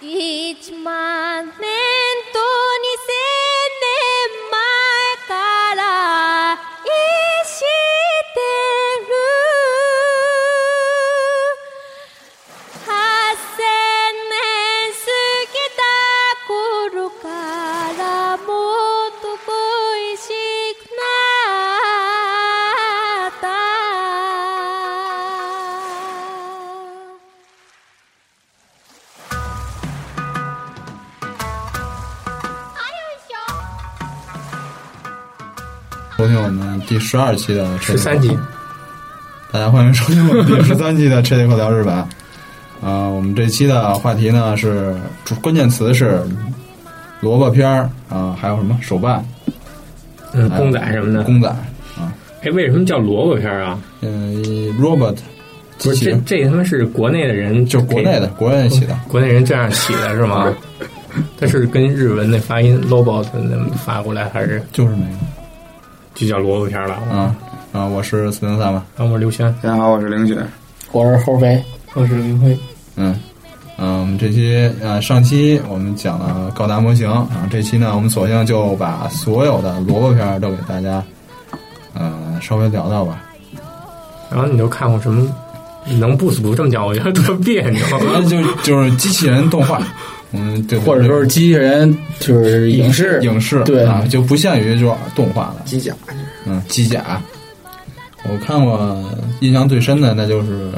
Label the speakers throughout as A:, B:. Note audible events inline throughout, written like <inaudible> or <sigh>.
A: 一万年と二千年前から愛してる八千年過ぎた頃からもっと恋しくなった
B: 收听我们第十二期的
C: 十三集，
B: 大家欢迎收听我
C: <laughs>
B: 们第十三期的《彻底口聊日本》。啊、我们这期的话题呢是主关键词是萝卜片儿啊、还有什么手办、
C: 嗯，
B: 还有
C: 公仔什么的。
B: 啊公仔，
C: 哎，为什么叫萝卜片儿啊？
B: 嗯、robot，
C: 不是，这这他妈是国内的人，
B: 就是国内的，国内起的，
C: 国内人这样起的是
B: <laughs>
C: 吗？它是跟日文的发音 “robot” 那么发过来，还是
B: 就是那个
C: 就叫萝卜片儿了？啊，
B: 啊啊！我是四零三吧，
C: 我是刘轩，
D: 大家好，我是凌雪。
E: 我是侯飞，
C: 我是林辉。
B: 嗯。嗯，我们这期呃，上期我们讲了高达模型，然后这期呢，我们索性就把所有的萝卜片儿都给大家，呃，稍微聊聊吧。
C: 然后你都看过什么？能不死不这么叫，我觉得特别扭。
B: 然后就就是机器人动画， <laughs> 嗯，对，
E: 或者说是机器人，就是影视，
B: 影视，
E: 对
B: 啊，就不限于就是动画了，
D: 机甲，
B: 嗯，机甲，我看过印象最深的那就是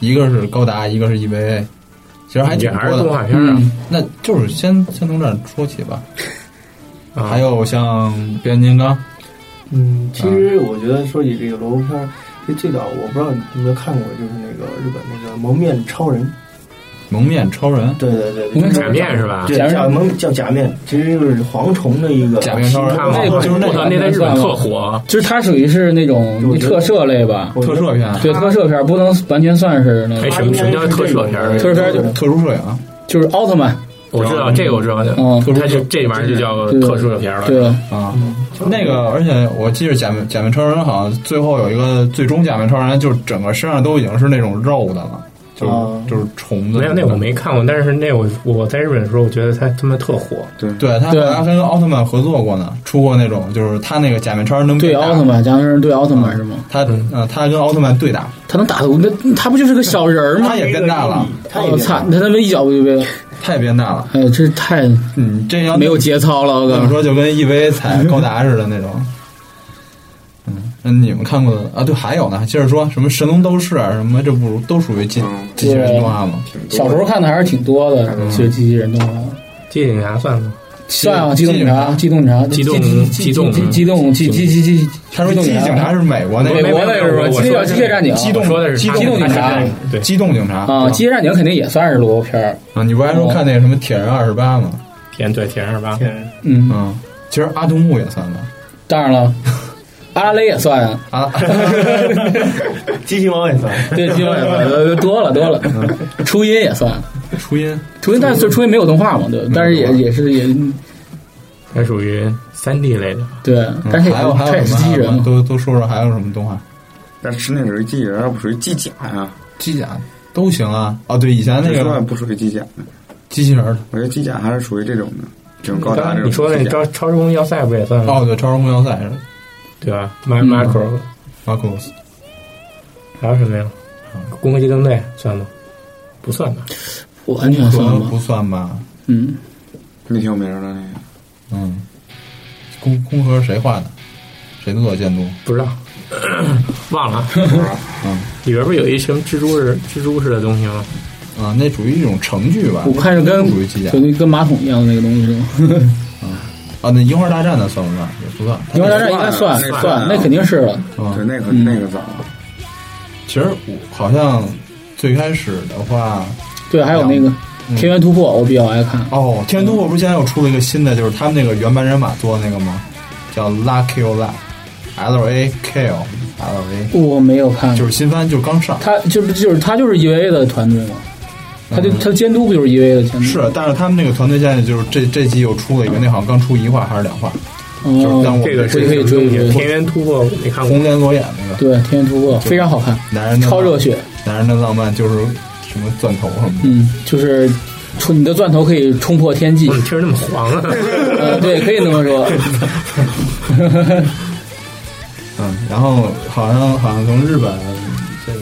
B: 一个是高达，一个是 EVA，其实还
C: 也
B: 挺
C: 还是
B: 多
C: 动
B: 的，
C: 画片儿啊
E: 嗯，
B: 那就是先先从这儿说起吧。
C: 啊，
B: 嗯还有像变形金刚，
F: 嗯，其实我觉得说起这个萝卜片儿，其实最早我不知道你有没有看过，就是那个日本那个蒙面超人，
B: 蒙面超人，
F: 对对对，
E: 蒙面
C: 假面是吧？
F: 对
E: 假面
F: 假蒙叫假面，其实就是蝗虫的一个
B: 假面超人
C: 看过，
B: 那
C: 我
B: 个就是那
C: 操
B: 个
C: 那在日本特火。
E: 就是它属于是那种
F: 我觉得
E: 特摄类吧，
B: 特摄片，
E: 对特摄片儿不能完全算是那
C: 哎，
E: 个，
C: 什么什么叫特摄片儿？
E: 特摄片儿就
B: 特殊摄影，
E: 就是奥特曼，
C: 我知道这个，我知道的。
E: 嗯，
C: 它就这玩意儿就叫特摄片儿了。
E: 对，
B: 啊。
F: 嗯
B: 那个，而且我记得假面假面超人好像最后有一个最终假面超人，就是整个身上都已经是那种肉的了，就是、
F: 哦
B: 就是虫子。
C: 没有那我没看过，但是那我我在日本的时候，我觉得它他妈特火。
B: 对他
E: 对
B: 还跟奥特曼合作过呢，出过那种就是他那个假面超人能
E: 对
B: 打
E: 奥特，曼，假面超人对奥特曼是吗？
B: 他嗯、他跟奥特曼对打，
E: 他能打得过那他不就是个小人儿吗
B: 他？也变大了，哦
F: 他也
E: 我
F: 变
E: 操，
F: 大
E: 他他妈一脚就被，
B: 他也变大了。
E: 哎，这太
B: 嗯，这要
E: 没有节操了，我
B: 怎么
E: 靠！
B: 说就跟 EV 踩高达似的那种。嗯，那你们看过的啊？对，还有呢，接着说什么神龙斗士啊，什么这不都属于机
D: 嗯
B: 机器人动画吗？
D: 挺多的
E: 小时候看的还是挺多的，就机器人动画，
C: 机警察算吗？
E: 算啊，机动警察，机动警察，
C: 机动
E: 机
C: 机动
E: 机机动机机机机，
B: 他说
E: 机
B: 机
E: 动警
B: 器
E: 察
B: 警察是美国那
E: 美
B: 个
E: 国的是吧？机械机械战警，
B: 机动
C: 我说的是
B: 机动
C: 他
E: 警察
C: 他是对，
B: 机动警察
E: 啊，机械战警肯定也算是萝卜片儿，
B: 啊！你不还说看那个什么铁人二十八吗？
C: 田对田二八，
F: 天
E: 嗯，
B: 嗯，其实阿童木也算吧。
E: 当然了，阿拉蕾也算啊，
B: 啊， <laughs>
F: 机器猫也算，
E: 对，机动也算，多了多了，初音也算，
B: 初音嗯
E: 初音，但是初音没有动画嘛，对，但是也也是也
C: 它属于三 D 类的。
E: 对，
B: 嗯
E: 但是也
B: 还有还
E: 它也
B: 有
E: 是
B: 什
E: 机
B: 么？
E: 器人
B: 还有
E: 嘛，
B: 都都说说还有什么动画？
D: 但是那属于机器人，不属于机甲呀。
B: 机甲都行啊。哦，对，以前那
D: 只说
B: 个
D: 不属于机甲呢，
B: 机器人儿的。
D: 我觉得机甲还是属于这种的，这种高
C: 刚
D: 达
C: 才
D: 这
C: 你
D: 种
C: 说那
D: 机甲。
C: 超超时空要塞不也算吗？
B: 哦，对，超人木要塞是吧
C: 对吧？马马可
B: 马库斯。
C: 还有什么呀？攻壳机动队算吗？不算吧。
E: 我完全算
B: 不
E: 吧，
B: 不算吧？
E: 嗯，
D: 那挺有名的那个，
B: 嗯，空空壳谁画的？谁做的监督？
C: 不知道，忘了。啊
B: 嗯
C: 里边不是有一什么蜘蛛似蜘蛛似的东西吗？
B: 啊，那属于一种程序吧？
E: 我看着跟
B: 不属于机甲
E: 就那跟马桶一样的那个东西是吗？
B: 啊，那樱花大战呢算不算？也不算。
E: 英雄大战应该算
D: 那
E: 算，那肯定是了，
B: 啊
D: 对，，那个
E: 嗯
D: 那个早，
B: 其实我好像最开始的话，
E: 对，还有那个
B: 嗯
E: 天元突破，我比较爱看，
B: 哦，天元突破不是现在又出了一个新的，就是他们那个原班人马做的那个吗？叫 Lucky O Luck，L A K O L A，
E: 我没有看，
B: 就是新番，就是刚上。
E: 他就是就是他就是 EVA 的团队嘛，他就他监督不就是 EVA 的监督？
B: 是，啊但是他们那个团队现在就是这这季又出了一个，那好像刚出一话还是两话，就是但
E: 哦，
B: 我
C: 这个
E: 这个可以
C: 什么东西
E: 追一追
C: 田园突破我没看过
B: 红。莲裸眼那个
E: 对，天元突破非常好看，
B: 男人的
E: 超热血，
B: 男人的浪漫就是什么钻头什么的，
E: 嗯，就是冲你的钻头可以冲破天际
C: 我。们听着那么黄啊，
E: <laughs> 呃，对，可以这么
C: <laughs>
E: 说。
B: 嗯，然后好像好像从日本这个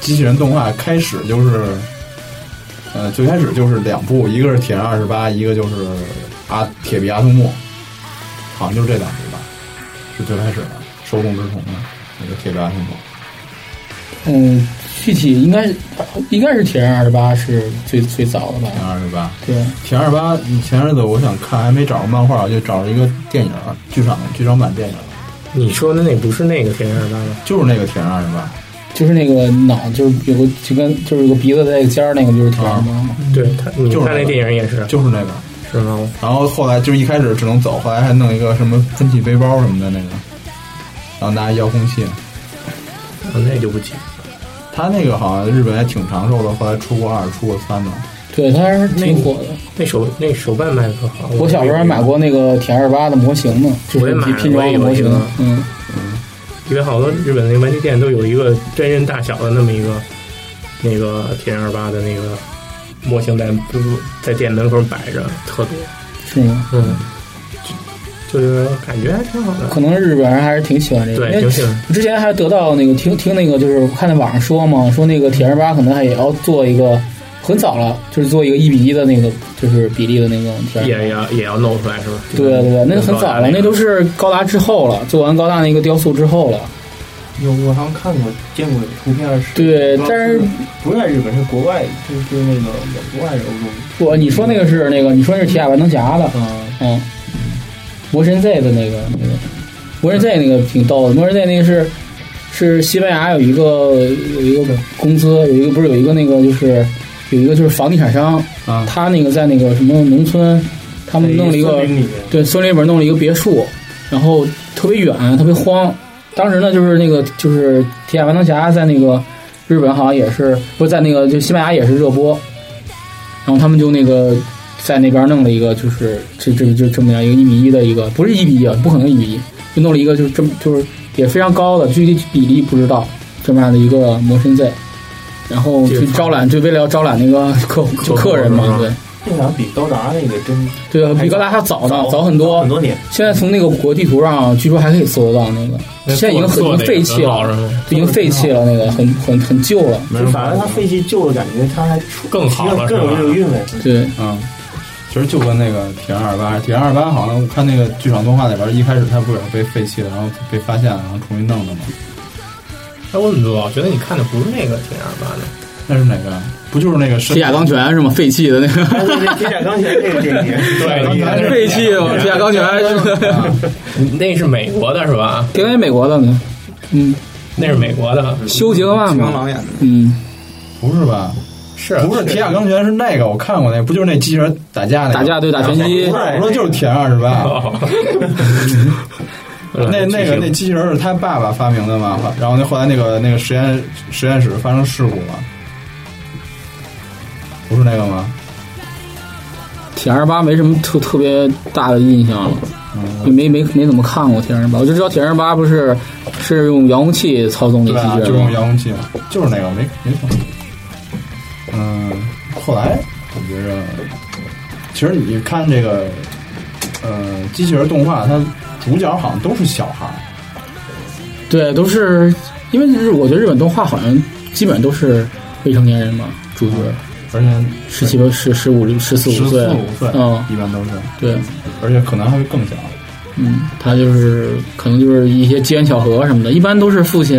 B: 机器人动画开始就是，呃，最开始就是两部，一个是铁人二十八，一个就是阿铁臂阿童木，好像就这两部吧，是最开始的手冢治虫的那个铁臂阿童木。
E: 嗯，具体应该是应该是铁人二十八是最最早的
B: 铁
E: 吧？
B: 二十八，
E: 对，
B: 铁二十八，前日子我想看，还没找着漫画，就找着一个电影儿剧场剧场版电影儿，
C: 你说的那不是那个铁人二十八吧？
B: 就是那个铁人二十八。
E: 就是那个脑，就是有个就跟就是有个鼻子在尖儿那个，就是铁人二十八嘛。
C: 对他，你
B: 就是
C: 看那电影也是，
B: 就是那个。
C: 是吗？
B: 然后后来就一开始只能走，后来还弄一个什么喷气背包什么的那个，然后拿一遥控器。
C: 我啊那就不记得。
B: 他那个好像日本还挺长寿的，后来出过二、出过三的。
E: 对，它是挺火的。
C: 那手那手办卖的可好，
E: 我小时候还买过那个铁二十八的模型呢，就
C: 我也
E: 是
C: 买了
E: 拼装的模
C: 我也有
E: 型
C: 一个。
E: 嗯，
C: 因为好多日本那玩具店都有一个真人大小的那么一个那个铁人二八的那个模型在不在店门口摆着，特多，
E: 是吗？
C: 嗯，就就是感觉还挺好的，
E: 可能日本人还是挺喜欢这个，
C: 对，
E: 因
C: 挺
E: 为
C: 喜欢。
E: 之前还得到那个听听那个，就是看在网上说嘛，说那个铁人八可能还也要做一个，很早了，就是做一个一比一的那个，就是比例的那个铁人。
C: 也要也要弄出来是吧？
E: 对对对，那很早了，那都是高达之后了，做完高达那个雕塑之后了。
F: 有我好像看过见过图片是，
E: 对
F: 不知道
E: 但是
F: 不是在日本，是国外，就是就是那个国外的欧洲，
E: 不，你说那个是那个，你说那是铁甲万能侠的，
F: 嗯，
E: 嗯，魔神 Z 的那个那个，魔神 Z 那个挺逗的，魔神 Z 那个是是西班牙有一个有一个公司，有一个不是有一个那个就是有一个就是房地产商，
B: 啊
E: 他那个在那个什么农村，他们弄了一个
F: 森林里面
E: 对村里边弄了一个别墅，然后特别远，特别荒。当时呢，就是那个就是《铁甲万能侠》在那个日本好像也是，不是在那个就西班牙也是热播，然后他们就那个在那边弄了一个，就是这这就这么样一个一比一的一个，不是一比一啊，不可能一比一，就弄了一个就是这么就是也非常高的，具体比例不知道这么样的一个魔神 Z，然后去招揽，就为了要招揽那个客就客人嘛，对
F: 那好像比高达那个真
E: 对，比高达还要早呢，早很多
F: 很，多年，
E: 现在从那个国地图上，据说还可以搜得到那个，现在已经很已经废弃了，
C: 了，
E: 已经废弃了，那个很很很旧了。
B: 没
F: 就
B: 人
F: 反而它废弃旧的感觉，它还出
C: 更好了
F: 更有这
C: 是
F: 个
C: 吧
F: 韵味。
E: 对，
B: 嗯，其实就跟那个铁人二八，铁人二八好像我看那个剧场动画里边，一开始它不也是被废弃了，然后被发现了，然后重新弄的嘛。
C: 哎，我怎么老觉得你看的不是那个铁人二八呢？
B: 那是哪个？不就是那个身
E: 铁甲钢拳是吗？废弃的那 <laughs>
F: 但
E: 个，
F: 是这铁甲钢拳这个电影，
C: <laughs> 对你看
E: 废弃 <laughs> 的嘛，铁甲钢拳是。 <laughs>
C: 那是美国的是吧？
E: 铁杆美国的呢，嗯，
C: 那是美国的，
E: 修杰克曼
D: 金刚
E: 嘛，
D: 狼演的，
E: 嗯，
B: 不是吧？
C: 是
B: 不是铁甲钢拳是那个，我看过那个，不就是那机器人打架那个？
E: 打架对打拳击
B: 不，是，我说就是铁人二十 <laughs> 八。
C: 哦 <laughs>
E: 呃
B: 那那 <laughs> 个那机器人儿是他爸爸发明的嘛？然后那后来那个那个实验实验室发生事故了，不是那个吗？
E: 铁二八没什么特特别大的印象了，也
B: 嗯，
E: 没没没怎么看过铁二八，我就知道铁二八不是是用遥控器操纵的
B: 对
E: 机
B: 啊，就
E: 器
B: 是
E: 人
B: 用
E: 吗，
B: 遥控器嘛，就是那个，没没错。嗯，后来我觉着，其实你看这个，呃，机器人动画，它主角好像都是小孩儿，
E: 对，都是因为日我觉得日本动画好像基本都是未成年人嘛，主角
B: 而且
E: 十七八、十十五、十四
B: 嗯十
E: 五
B: 四
E: 岁，
B: 五岁，
E: 嗯，
B: 一般都是，
E: 对，
B: 而且可能还会更小。
E: 嗯，他就是可能就是一些机缘巧合什么的，一般都是父亲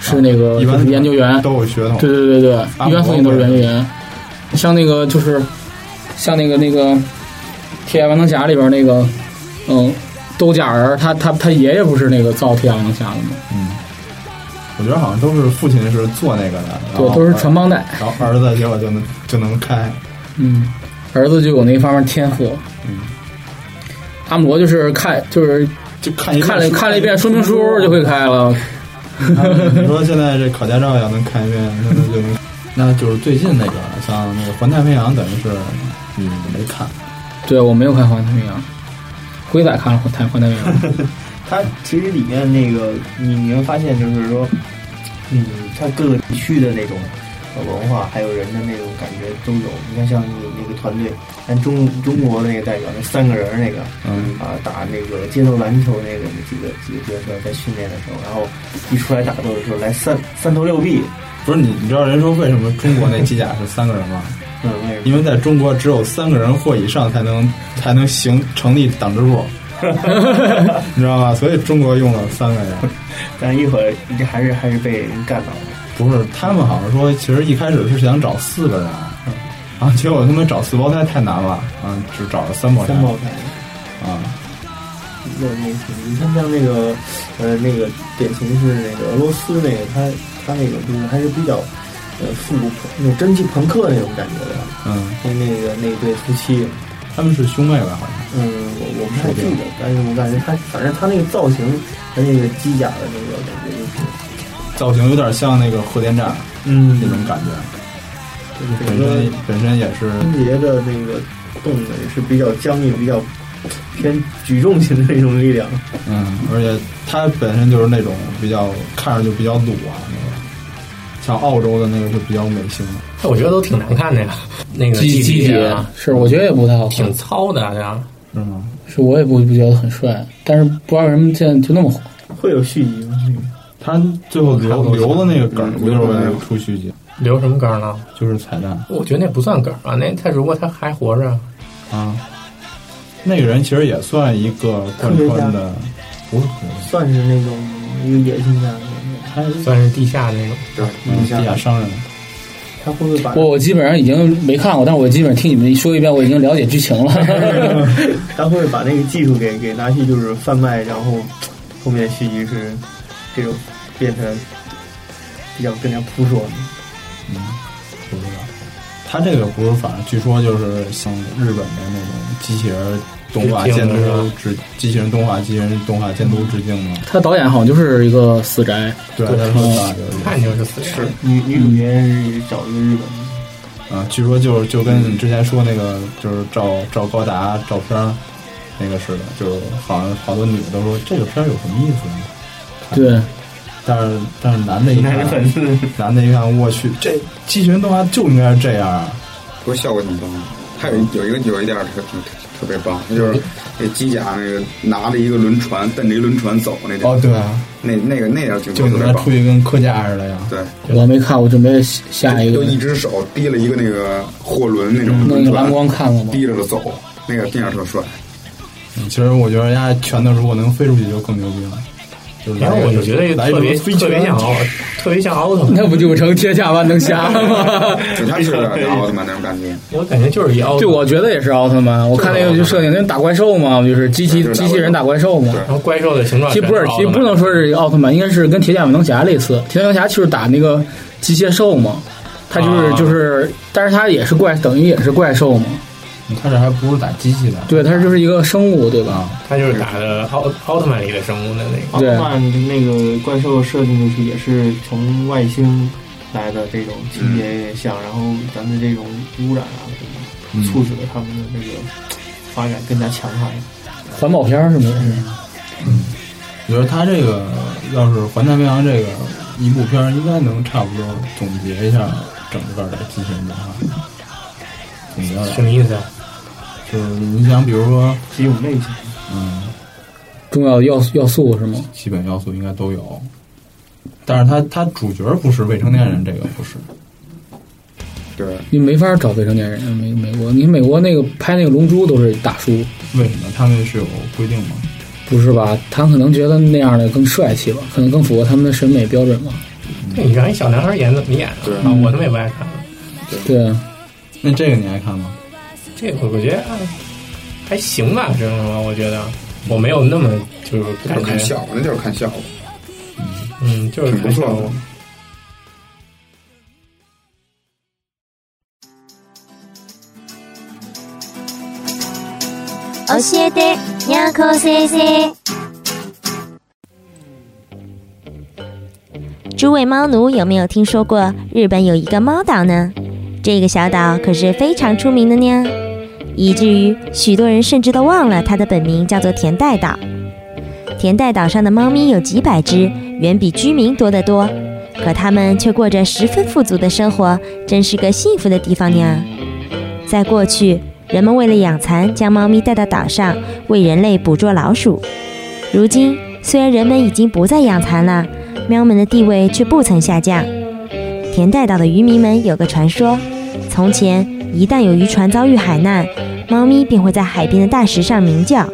E: 是那个
B: 啊一般
E: 呃就是研究员，
B: 都有啊血统。
E: 对对对对，
B: 阿姆
E: 一般父亲都是研究员，像那个就是像那个那个《铁甲万能侠》里边那个，嗯，兜甲儿，他他他爷爷不是那个造铁甲万能侠的吗？
B: 哦我觉得好像都是父亲是做那个的，然后
E: 对，都是传帮带，
B: 然后儿子结果就能就能开，
E: 嗯，儿子就有那方面天赋。
B: 嗯，
E: 阿姆罗就是看，就是
B: 就看一遍
E: 看了
B: 书啊
E: 看了一遍说明书就会。开了。
B: 你说现在这考驾照要能看一遍，那那就能。 <laughs> 那就是最近那个像那个《环太平洋》，等于是你没看，
E: 对我没有看《环太平洋》，辉仔看了《环太环太平洋》，
F: 它其实里面那个你你会发现，就是说，嗯，它各个地区的那种呃文化，还有人的那种感觉都有。你看，像你那个团队，咱中中国那个代表那三个人儿那个，
B: 嗯
F: 啊，打那个街头篮球那个那几个几个角色在训练的时候，然后一出来打斗的时候来三三头六臂，
B: 不是你，你知道人说为什么中国那机甲是三个人吗？
F: 嗯，为什么？
B: 因为在中国只有三个人或以上才能才能行成立党支部， <laughs> 你知道吧？所以中国用了三个人。
F: 但一会儿这还是还是被人干倒了。
B: 不是，他们好像说，其实一开始是想找四个人，啊然后结果他们找四胞胎太难了，啊，只找了三胞胎
F: 三胞胎，
B: 啊。
F: 有那个什么，你看像那个呃那个典型是那个俄罗斯那个，他他那个就是还是比较呃复古那种蒸汽朋克那种感觉的。
B: 嗯，
F: 那那个那对夫妻，
B: 他们是兄妹吧？好像。
F: 嗯，我我不太记得，但是我感觉他反正他那个造型和那个机甲的那个感觉就是，
B: 造型有点像那个核电站
F: 嗯
B: 那种感觉，
F: 就是
B: 本
F: 整个
B: 身本身也是，嗯
F: 春节的那个动的也是比较僵硬，比较偏举重型的那种力量。
B: 嗯，而且它本身就是那种比较看着就比较鲁啊，那个像澳洲的那个就比较美型。
C: 哎但我觉得都挺难看的呀，那个机
E: 机体
C: 体啊，
E: 是我觉得也不太好看
C: 挺，糙的好像。
B: 是吗？
E: 是我也不不觉得很帅，但是不知道为什么现在就那么火。
F: 会有续集吗？那个
B: 他最后留留的那个梗儿不就是为嗯了出续集，
C: 留什么梗呢？
B: 就是彩蛋
C: 我觉得那不算梗啊，那他如果他还活着，
B: 啊。那个人其实也算一个贯穿的，不是科学
F: 算是那种一个野性家的那
B: 他是
C: 算是地下那种。
D: 对，
B: 嗯
D: 你
B: 地
D: 像
B: 下商人。
F: 种，他会不会把
E: 我我基本上已经没看过，但是我基本上听你们说一遍，我已经了解剧情
F: <laughs>
E: 了。
F: <laughs> 他会不会把那个技术给给拿去就是贩卖，然后后面续集是这种变成比较更加扑朔呢？
B: 不知道。他这个不是，反正据说就是像日本的那种机器人动画
C: 致
B: 监
C: 敬的是
B: 督
C: 吧
B: 致机器人动画、机器人动画监督致敬嘛。
E: 他导演好像就是一个死宅，嗯
B: 对，
C: 对
B: 他说大就是
C: 看就是死人，
F: 女女主角是找一个日本的，
B: 啊，据说就是就跟你之前说那个就是赵赵高达照片儿那个似的，就是好像好多女的都说这个片儿有什么意思呢？
E: 对，
B: 但是但是男的一看，
F: 丝，
B: 男的一看，我去，这机器人动画就应该是这样啊。
D: 不过效果挺棒的。啊还有一有一个有一点儿特挺特别棒，就是那机甲那个拿着一个轮船，蹬着一轮船走那点儿，
B: 哦，对啊，
D: 那那个那点儿挺
B: 就
D: 特
B: 你
D: 别
B: 们
D: 棒
B: 出。去跟科架似的呀。
D: 对，
E: 我没看，我准备下一
D: 就
E: 个。
D: 一只手提了一个那个货轮那种
E: 那
D: 轮
E: 个蓝光
D: 船，
E: 看过吗？
D: 提着就走，那个电影特帅。
B: 其实我觉得人家拳头如果能飞出去就更牛逼了。就是来
C: 然后我就觉得
B: 一个来一
C: 特别
B: 轮飞啊
C: 特别
B: 拳
C: 像奥，特别像奥特曼。
E: <laughs> 那不就成天下万能侠了吗？ <laughs>
D: 就他是有点像奥特曼那种感觉，
C: 我感觉就是一奥特
E: 对，我
C: 曼，
E: 觉得也是奥特曼。我看那个就设定，那打怪兽嘛，就是机器
D: 对就是打
E: 机
D: 怪兽
E: 器人打怪兽嘛。
D: 对
C: 然后怪兽的形状
E: 其实不是，其实不能
C: 说
E: 说是奥特曼，应该是跟铁甲万能侠类似。铁甲万能侠就是打那个机械兽嘛，他就是
C: 啊
E: 就是，但是他也是怪，等于也是怪兽嘛。
B: 你看这还不如打机器的。
E: 对，他就是一个生物，对吧？
B: 啊，
C: 他就是打
E: 嗯
C: 的奥奥特曼里的生物的那个。
F: 奥
E: 对
F: 特曼哦那个怪兽设定就是也是从外星来的这种情节也像，然后咱们这种污染啊什么，
B: 嗯
F: 促使了他们的这个发展更加强悍。
E: 环保片儿是吗？
B: 我觉得他这个要是《环太平洋》这个一部片儿，应该能差不多总结一下整个的机器人动画。总结
C: 什
B: 了，
C: 么意思啊？
B: 就是你想，比如说，
F: 几种类型，
B: 嗯，
E: 重要的要素要素是吗？
B: 基本要素应该都有，但是他他主角不是未成年人，这个不是。
D: 对，
E: 你没法找未成年人，美美国，你美国那个拍那个《龙珠》都是大叔，
B: 为什么他们是有规定吗？
E: 不是吧？他可能觉得那样的更帅气吧，可能更符合他们的审美标准嘛。嗯
C: 那你让一小男孩演怎么演啊？
D: 对
C: 啊我他妈也不爱看。
E: 对，
B: 那这个你爱看吗？
C: 这个我觉得啊还行吧，这种我觉得我没有那么就是
D: 那
C: 感
D: 就是看
C: 觉，
D: 效果，那就是看效果。
C: 嗯，就是
D: 挺不错的
G: 教えてにゃんこ先生
H: 诸位猫奴有没有听说过日本有一个猫岛呢？这个小岛可是非常出名的呢，以至于许多人甚至都忘了它的本名叫做田代岛。田代岛上的猫咪有几百只，远比居民多得多，可他们却过着十分富足的生活，真是个幸福的地方呀。在过去，人们为了养蚕，将猫咪带到岛上为人类捕捉老鼠。如今，虽然人们已经不再养蚕了，喵们的地位却不曾下降。田带岛的渔民们有个传说：从前，一旦有渔船遭遇海难，猫咪便会在海边的大石上鸣叫。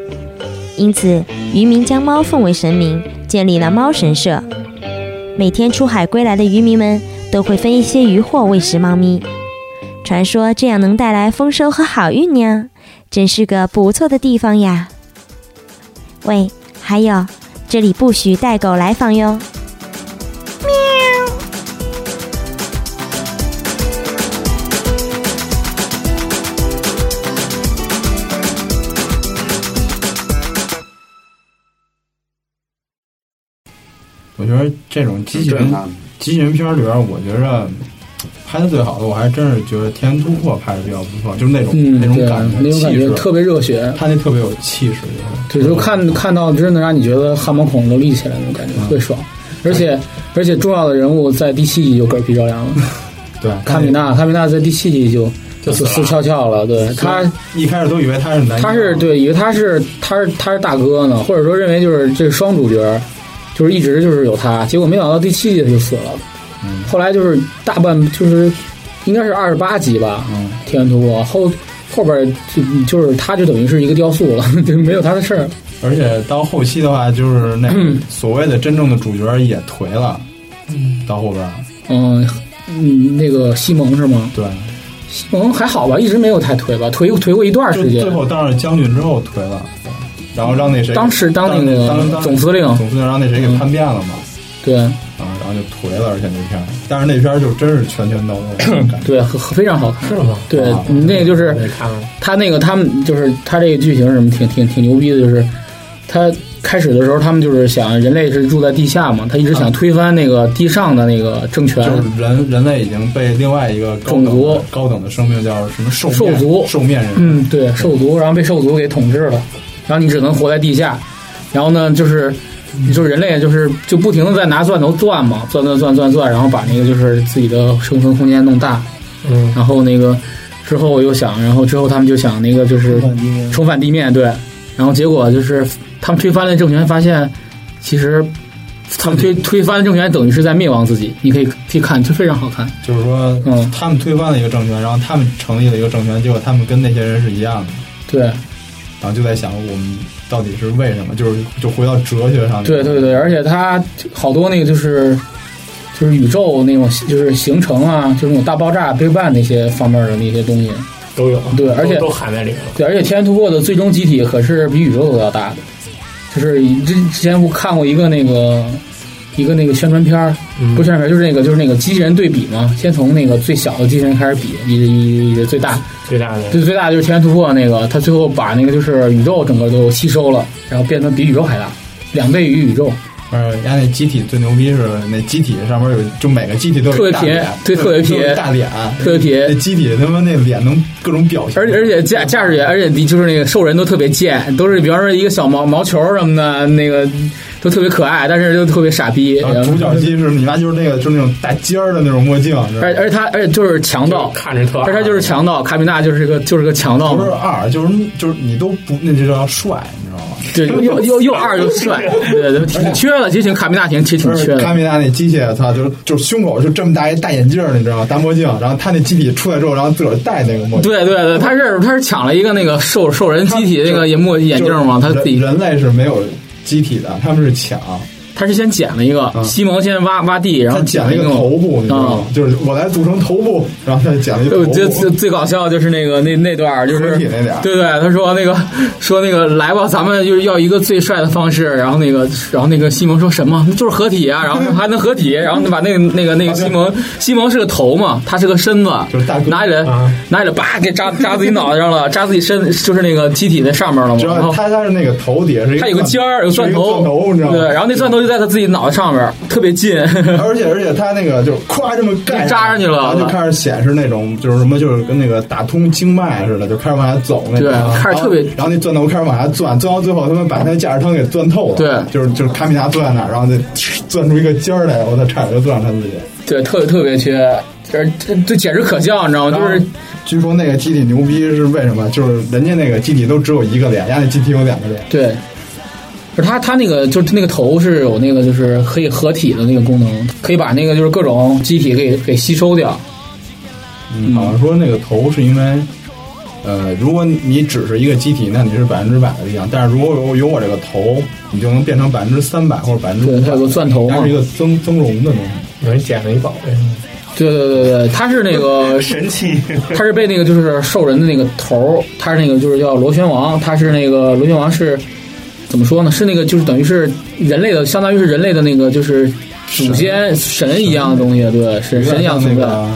H: 因此，渔民将猫奉为神明，建立了猫神社。每天出海归来的渔民们都会分一些渔获喂食猫咪。传说这样能带来丰收和好运呀，真是个不错的地方呀。喂，还有，这里不许带狗来访哟。
B: 我觉得这种机器人
D: 震撼。
B: 机器人片儿里边儿，我觉着拍的最好的，我还真是觉得《天元突破》拍的比较不错，就是那种、
E: 嗯，
B: 那种
E: 对
B: 感，觉，
E: 那种感觉
B: 气势
E: 特别热血，
B: 他那特别有气势，
E: 对，就看看到真的让你觉得汗毛孔都立起来那种感觉，特别爽。而且而且重要的人物在第七集就嗝屁朝阳了，
B: 对啊
E: 卡米娜，卡米娜在第七集就就
C: 死
E: 死
C: 了
E: 死翘翘了，对他
B: 一开始都以为他是男一号，啊
E: 他是对，以为他是他是他是大哥呢，或者说认为就是这是双主角，就是一直就是有他，结果没想到第七集他就死了。
B: 嗯
E: 后来就是大半就是应该是二十八集吧，
B: 嗯，
E: 《天元突破》后后边就就是他就等于是一个雕塑了， <laughs> 就没有他的事儿。
B: 而且到后期的话，就是那
E: <clears throat> 嗯
B: 所谓的真正的主角也颓了，到后边儿
E: 嗯嗯，那个西蒙是吗？
B: 对，啊
E: 西蒙还好吧，一直没有太颓吧，颓颓过一 <laughs> 段
B: 就
E: 时间
B: 最。后当上将军之后颓了，对然后让那谁
E: 当时当那个
B: 当当
E: 总司令嗯
B: 总司令让那谁给叛变了嘛，
E: 对
B: 啊，然后就颓了，而且那片儿，但是那片儿就真是拳拳到
E: <clears throat>
B: 肉，感觉
E: 对，很很非常好看。
C: 是吗？
E: 对嗯
B: 啊，
E: 那个就是
C: 我没看过，
E: 他那个他们就是他这个剧情是什么挺挺挺牛逼的，就是他开始的时候他们就是想人类是住在地下嘛，他一直想推翻那个地上的那个政权。
B: 啊就是人人类已经被另外一个高等的
E: 种族
B: 高等的生命叫什么兽面
E: 兽族
B: 兽面人，
E: 嗯，对，兽族，然后被兽族给统治了，然后你只能活在地下，然后呢就是。就是人类，就是就不停的在拿钻头钻嘛，钻钻钻钻钻，然后把那个就是自己的生存空间弄大，
C: 嗯，
E: 然后那个之后又想，然后之后他们就想那个就是
F: 半边
E: 重返地面，对。然后结果就是他们推翻了政权，发现其实他们推推翻了政权，等于是在灭亡自己。你可以去看，就非常好看。
B: 就是说
E: 嗯
B: 他们推翻了一个政权，然后他们成立了一个政权，结果他们跟那些人是一样的。
E: 对，
B: 然后就在想我们到底是为什么，就是就回到哲学上。
E: 对对对，而且它好多那个就是就是宇宙那种就是形成啊，就是那种大爆炸、Big Bang 那些方面的那些东西。
C: 都有，
E: 对而且
C: 都都含在里面了。
E: 对，而且天元突破的最终集体可是比宇宙都要大的。就是之之前不看过一个那个一个那个宣传片儿，
C: 嗯
E: 不是宣传片儿，就是那个就是那个机器人对比嘛，先从那个最小的机器人开始比，一直一直一直最大，
C: 最大的
E: 最最大的就是天元突破那个，它最后把那个就是宇宙整个都吸收了，然后变得比宇宙还大，两倍于宇宙，
B: 而且人家那呃机体最牛逼是那机体上面有，就每个机体都有一大脸
E: 特别撇对特别撇
B: 都有一大脸，啊
E: 特别
B: 那
E: 撇。
B: 机体他妈那脸能各种表情，
E: 而而
B: <laughs>
E: 且驾驾驶员，而且就是那个兽人都特别贱，都是比方说一个小毛毛球什么的，那个都特别可爱，但是又特别傻逼。
B: 然后
E: 然后
B: 主角机是你妈就是那个就是那种大尖儿的那种墨镜，
E: 而而且他而且就是强
C: 就
E: 盗，
C: 看着特，
E: 而且他就是强盗，卡米娜就是个就是个强盗
B: 不
E: 嘛
B: 是，二，就是就是你都不那就叫帅，你知道吗？
E: 对，又又又二又帅，对对，挺缺的，其实挺卡米娜挺其实挺
B: 不
E: 缺
B: 是卡
E: 的，
B: 米娜那机械，操，就是就是胸口就这么大一大眼镜儿，你知道吗？大墨镜，然后他那机体出来之后，然后自个儿戴那个墨镜。
E: 对对对，他是他是抢了一个那个兽兽人机体那个眼墨眼镜嘛，他
B: 就是
E: 自己
B: 人人类是没有机体的，他们是抢，
E: 他是先捡了一个，
B: 嗯
E: 西蒙先挖挖地，然
B: 他
E: 后
B: 捡了一
E: 一啊
B: 个头部，你知道吗？就是我来组成头部，然后他捡了
E: <laughs>
B: 一个
E: 我
B: 头
E: 觉得
B: <laughs>
E: 最
B: 部。
E: 最搞笑的就是那个那那段儿，就
B: 合
E: 是
B: 体那点儿
E: 对对，他说那个说那个来吧，咱们就是要一个最帅的方式。然后那个然后那个西蒙说什么？就是合体啊，然后还能合体，然后把那个那个那个西蒙西蒙是个头嘛，他是个身子，
B: 就是大哥
E: 拿起来
C: 啊
E: 拿起来叭给扎扎自己脑袋上了，扎自己身就是那个机体那上面了嘛，
B: 主
E: 然
B: 要
E: 后。
B: 他他是那个头底下是一个，
E: 哦他有个尖儿，有
B: 钻
E: 钻头，
B: 头，你知道吗？
E: 对，然后那钻头就在他自己脑袋上面，特别近。
B: <laughs>
E: <laughs>
B: 而且而且他那个就是咵这么盖
E: 就扎上去了
B: 然后就开始显示那种就是什么就是跟那个打通经脉似的，就开始往下走那种。啊
E: 对开始特别
B: 然后那钻头开始往下钻，钻到最后他们把那驾驶舱给钻透了。
E: 对
B: 就是就是卡米达钻那儿，然后就 <laughs> 钻出一个尖儿来，我操，差点就钻上他自己。
E: 对，特特别缺，这这这简直可笑，你知道吗？就是
B: 据说那个机体牛逼是为什么？就是人家那个机体都只有一个脸，人家那机体有两个脸。
E: 对，不是他他那个就是那个头是有那个就是可以合体的那个功能，可以把那个就是各种机体给给吸收掉。
B: 嗯，好像说那个头是因为，呃，如果你只是一个机体，那你是百分之百的力量；但是如果有有我这个头，你就能变成百分之三百或者百分之
E: 对，
B: 五
E: 他
B: 百
E: 有。个钻头
B: 它
E: 嘛
B: 是一。个增增容的东西。
C: 有人捡了一宝贝，
E: 对对对对，他是那个
C: 神器。
E: 他是被那个就是兽人的那个头儿，他是那个就是叫螺旋王，他是那个螺旋王是怎么说呢？是那个就是等于是人类的，相当于是人类的那个就是祖先神一样的东西，对，神神一样的
B: 那
E: 存在，
B: 个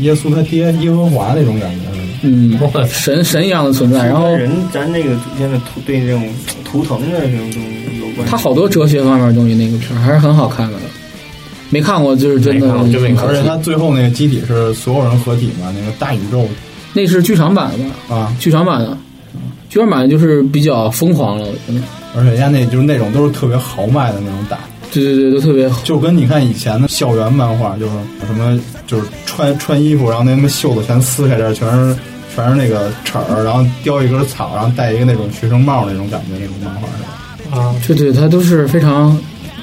B: 耶稣他爹耶和华那种感觉是吧？
E: 嗯，神神一样的存在。然后
F: 人咱这个祖先的图对这种图腾的这种东西有关系。
E: 他好多哲学方面的东西，那个片儿还是很好看的。没看过就是真的
C: 没看，过真没看
B: 而
C: 过
B: 且它最后那个机体是所有人合体嘛，那个大宇宙
E: 那是剧场版的吧？
B: 啊，
E: 剧场版的，剧场版就是比较疯狂了，我觉得。
B: 而且人家那就是那种都是特别豪迈的那种打，
E: 对对对，都特别好。
B: 就跟你看以前的校园漫画，就是什么就是穿穿衣服，然后那他妈袖子全撕开，这儿全是全是那个齿儿，然后叼一根草，然后戴一个那种学生帽那种感觉那种漫画是吧？
C: 啊，
E: 对对，它都是非常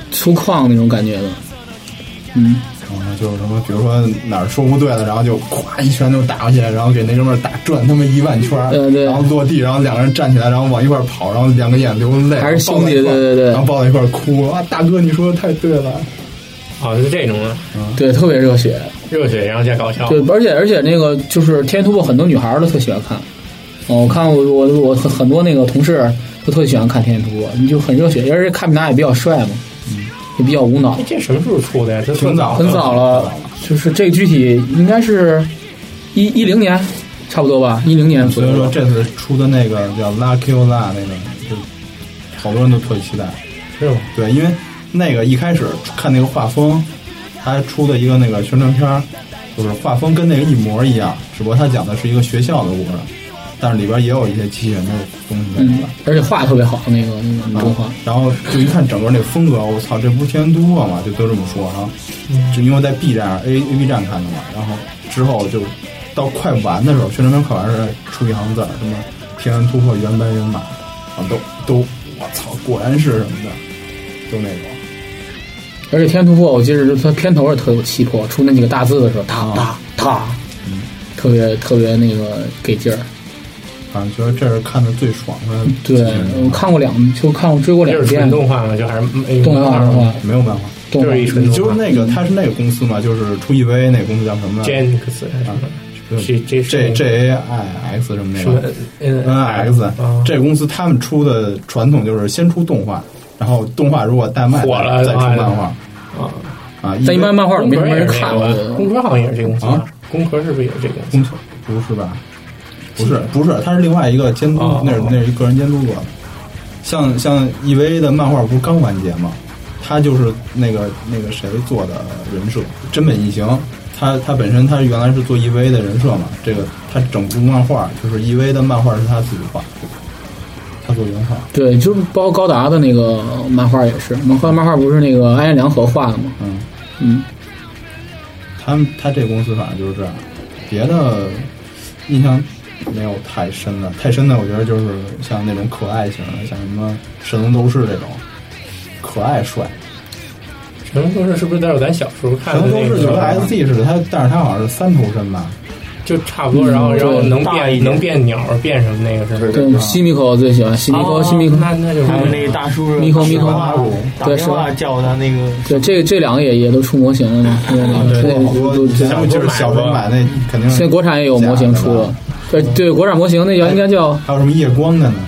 E: 粗犷那种感觉的。嗯，
B: 然后就是什么，比如说哪儿说不对了，然后就咵一拳就打过去，然后给那哥们儿打转他妈一万圈儿，
E: 对对
B: 然后落地，然后两个人站起来，然后往一块儿跑，然后两个眼流泪，
E: 还是兄弟
B: 然后抱在一块儿然后抱在一块
E: 对对对
B: 儿哭啊，大哥你说的太对了，
C: 好像是啊这种的
E: 对，特别热血。
C: 热血，然后加搞笑。
E: 对，而且而且那个就是《天突破》，很多女孩儿都特喜欢看。哦，我看我我我很很多那个同事都特喜欢看《天突破》，你就很热血，而且卡米娜也比较帅嘛，也比较无脑。
C: 哎这什么时候出的呀？这
B: 挺早的
E: 很早了，就是这具体应该是一一零年，差不多吧，一零年
B: 嗯所
E: 左
B: 以
E: 右
B: 说。这次出的那个叫《Lucky o l a 那个，就好多人都特别期待。
C: 是吗？
B: 对，因为那个一开始看那个画风，他出的一个那个宣传片儿，就是画风跟那个一模一样，只不过他讲的是一个学校的故事，但是里边也有一些机器人的东西在里
E: 嗯
B: 边。，
E: 而且画得特别好，那个那个
B: 啊
E: 中画。
B: 然后就一看整个那风格，我操，这不是天都啊嘛，就都这么说。然后就因为在 B 站、A A B 站看的嘛，然后之后就到快完的时候，宣传片快完的时候出一行字儿，什么“天元突破原班人马”，啊，都都，我操，果然是什么的，就那种。
E: 而且《天突破》，我记得它片头也特有气魄，出那几个大字的时候，哒哒
B: 啊
E: 哒，特别特别那个给劲儿。
B: 反正觉得这是看的最爽的。
E: 对，
B: 嗯
E: 嗯我看过两，就看过追过
C: 这
E: 两
C: 是
E: 遍
C: 纯动画吗？就还是哎
E: 动画
C: 漫
E: 是吧
C: 吗？？
B: 没有办法，
E: 动画
C: 就是一纯动画。
B: 就是那个，他是那个公司嘛，就是出 EVA 那个公司叫什么来着
C: Genix 啊还是什么？这这
B: ？J J A I X 什么那
C: 什么呃
B: 个
C: N
B: N X
C: 啊？
B: 这个公司他们出的传统就是先出动画，然后动画如果带卖
C: 火了
B: 再出
C: 哎
B: 漫画
C: 啊，
B: 啊。
E: 但一般漫画
C: 工
E: 没什
C: 壳
E: 么
C: 也啊
E: 人
C: 是
E: 看
C: 这
E: 过
C: 个吧，呃工壳好像也是这公司吧
B: 啊？
C: 工壳是不是也是这
B: 工
C: 公司？
B: 不是吧？不是不是，他是另外一个监督
C: 哦，
B: 那是
C: 哦
B: 那是一个人监督做的。像像 EVA 的漫画不是刚完结吗？他就是那个那个谁做的人设，真本一行。他他本身他原来是做 EVA 的人设嘛，这个他整部漫画就是 EVA 的漫画是他自己画，他做原画。
E: 对，就是包括高达的那个漫画也是，漫画漫画不是那个安彦良和画的吗？
B: 嗯，
E: 嗯，
B: 他们他这公司反正就是这样，别的印象没有太深的，太深的我觉得就是像那种可爱型的，像什么神龙斗士这种，可爱帅。
C: 神龙斗士是不是都是咱小时候看
B: 神龙
C: 的
B: 斗
C: 那
B: 士就跟
C: 个？
B: SD 似的，他但是他好像是三头身吧？
C: 就差不多，然后然后能
F: 嗯大一
C: 变
F: 点
C: 能变鸟变什么那个是吧？
E: 对，西米口最喜欢西米口，西米口。
C: 哦那那就是
F: 还有那个大叔
E: 咪
F: 是
E: 口咪
F: 打
E: 口
F: 电话打电话叫他那个
E: 对，这这两个也也都出模型了嘛，对
B: 哦对，
E: 出
B: 好多
E: 都都
B: 咱们就是小时候买那肯定
E: 现在
B: 是。
E: 国产也有模型出了，对对，国产模型那叫应该叫
B: 还有什么夜光的呢？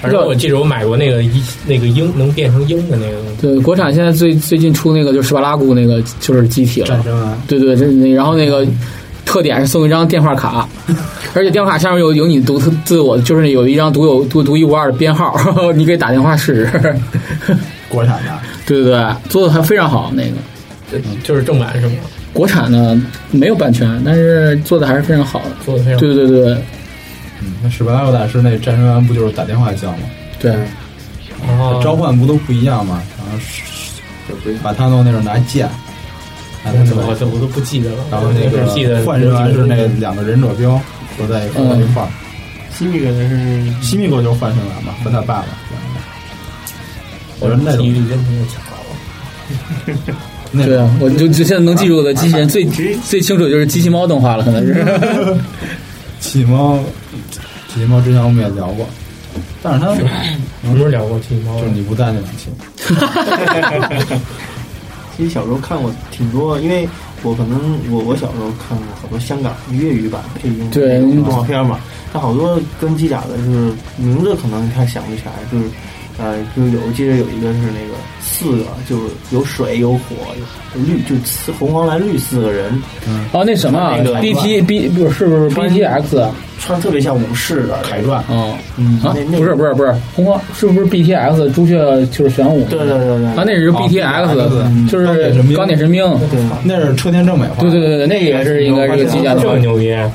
C: 反正我记得我买过那个一那个鹰能变成鹰的那个东西，
E: 对国产现在最最近出那个就是十八拉古那个就是机体
B: 战
E: 了，
B: 神丸，
E: 对对，这那然后那个特点是送一张电话卡，而且电话卡上面有有你独特自我，就是有一张独有独独一无二的编号， <laughs> 你可以打电话试试， <laughs>
B: 国产的。
E: 对对对，做的还非常好那个。
B: 嗯
C: 就是正版是吗？
E: 国产的没有版权，但是做的还是非常好的。
C: 做的非常
E: 对对对
B: 嗯，那史巴拉克大师那战神丸不就是打电话叫吗？
E: 对对，
C: 哦
B: 召唤不都不一样吗？然后是是
D: 也不是
B: 把他弄那种拿剑，把他
C: 怎么嗯我
B: 弄。
C: 都我都不记得了。
B: 然后那
C: 我
B: 个
C: 只记得
B: 幻神丸是那两个忍者镖合在一合在一块儿，
F: 西米可能是
B: 西米狗就是幻神丸嘛，和他爸爸。
C: 我
B: 我说那
C: 记忆
B: 种
C: 力真他妈强。
B: 那
E: 对
B: 种
E: 啊，我就就现在能记住的机器人最最清楚就是机器猫动画了，可能是。
B: 奇猫，奇猫之前我们也聊过，但是他
C: 我们不是聊过机器猫
B: 嗯就是
C: 吗？
B: 你不在那两期，
F: 其实小时候看过挺多，因为我可能我我小时候看过好多香港粤语版配音的
E: 对嗯
F: 动画片嘛，它好多跟机甲的就是名字可能一下想不起来，就是呃，就有我记得有一个是那个四个，就是有水有火有有绿，就是四红黄蓝绿四个人
E: 哦，那什么啊
F: 那个
E: ，B T B 不是是不是 B
F: 穿
E: T X 啊？
F: 穿特别像武士的
B: 凯传
E: 嗯
F: 嗯，
E: 啊
F: 那，那
E: 不是不是不是，红光是不是 B T X 朱雀就是玄武？
F: 对对对对
E: 啊，那是 B T X，
B: 哦
E: 就是
B: 钢铁神兵
E: 钢铁神兵。
F: 对。
B: 那是车田正美画，
E: 对对对对，那个也是应该是个机甲
C: 这
E: 的
C: 么，牛逼！啊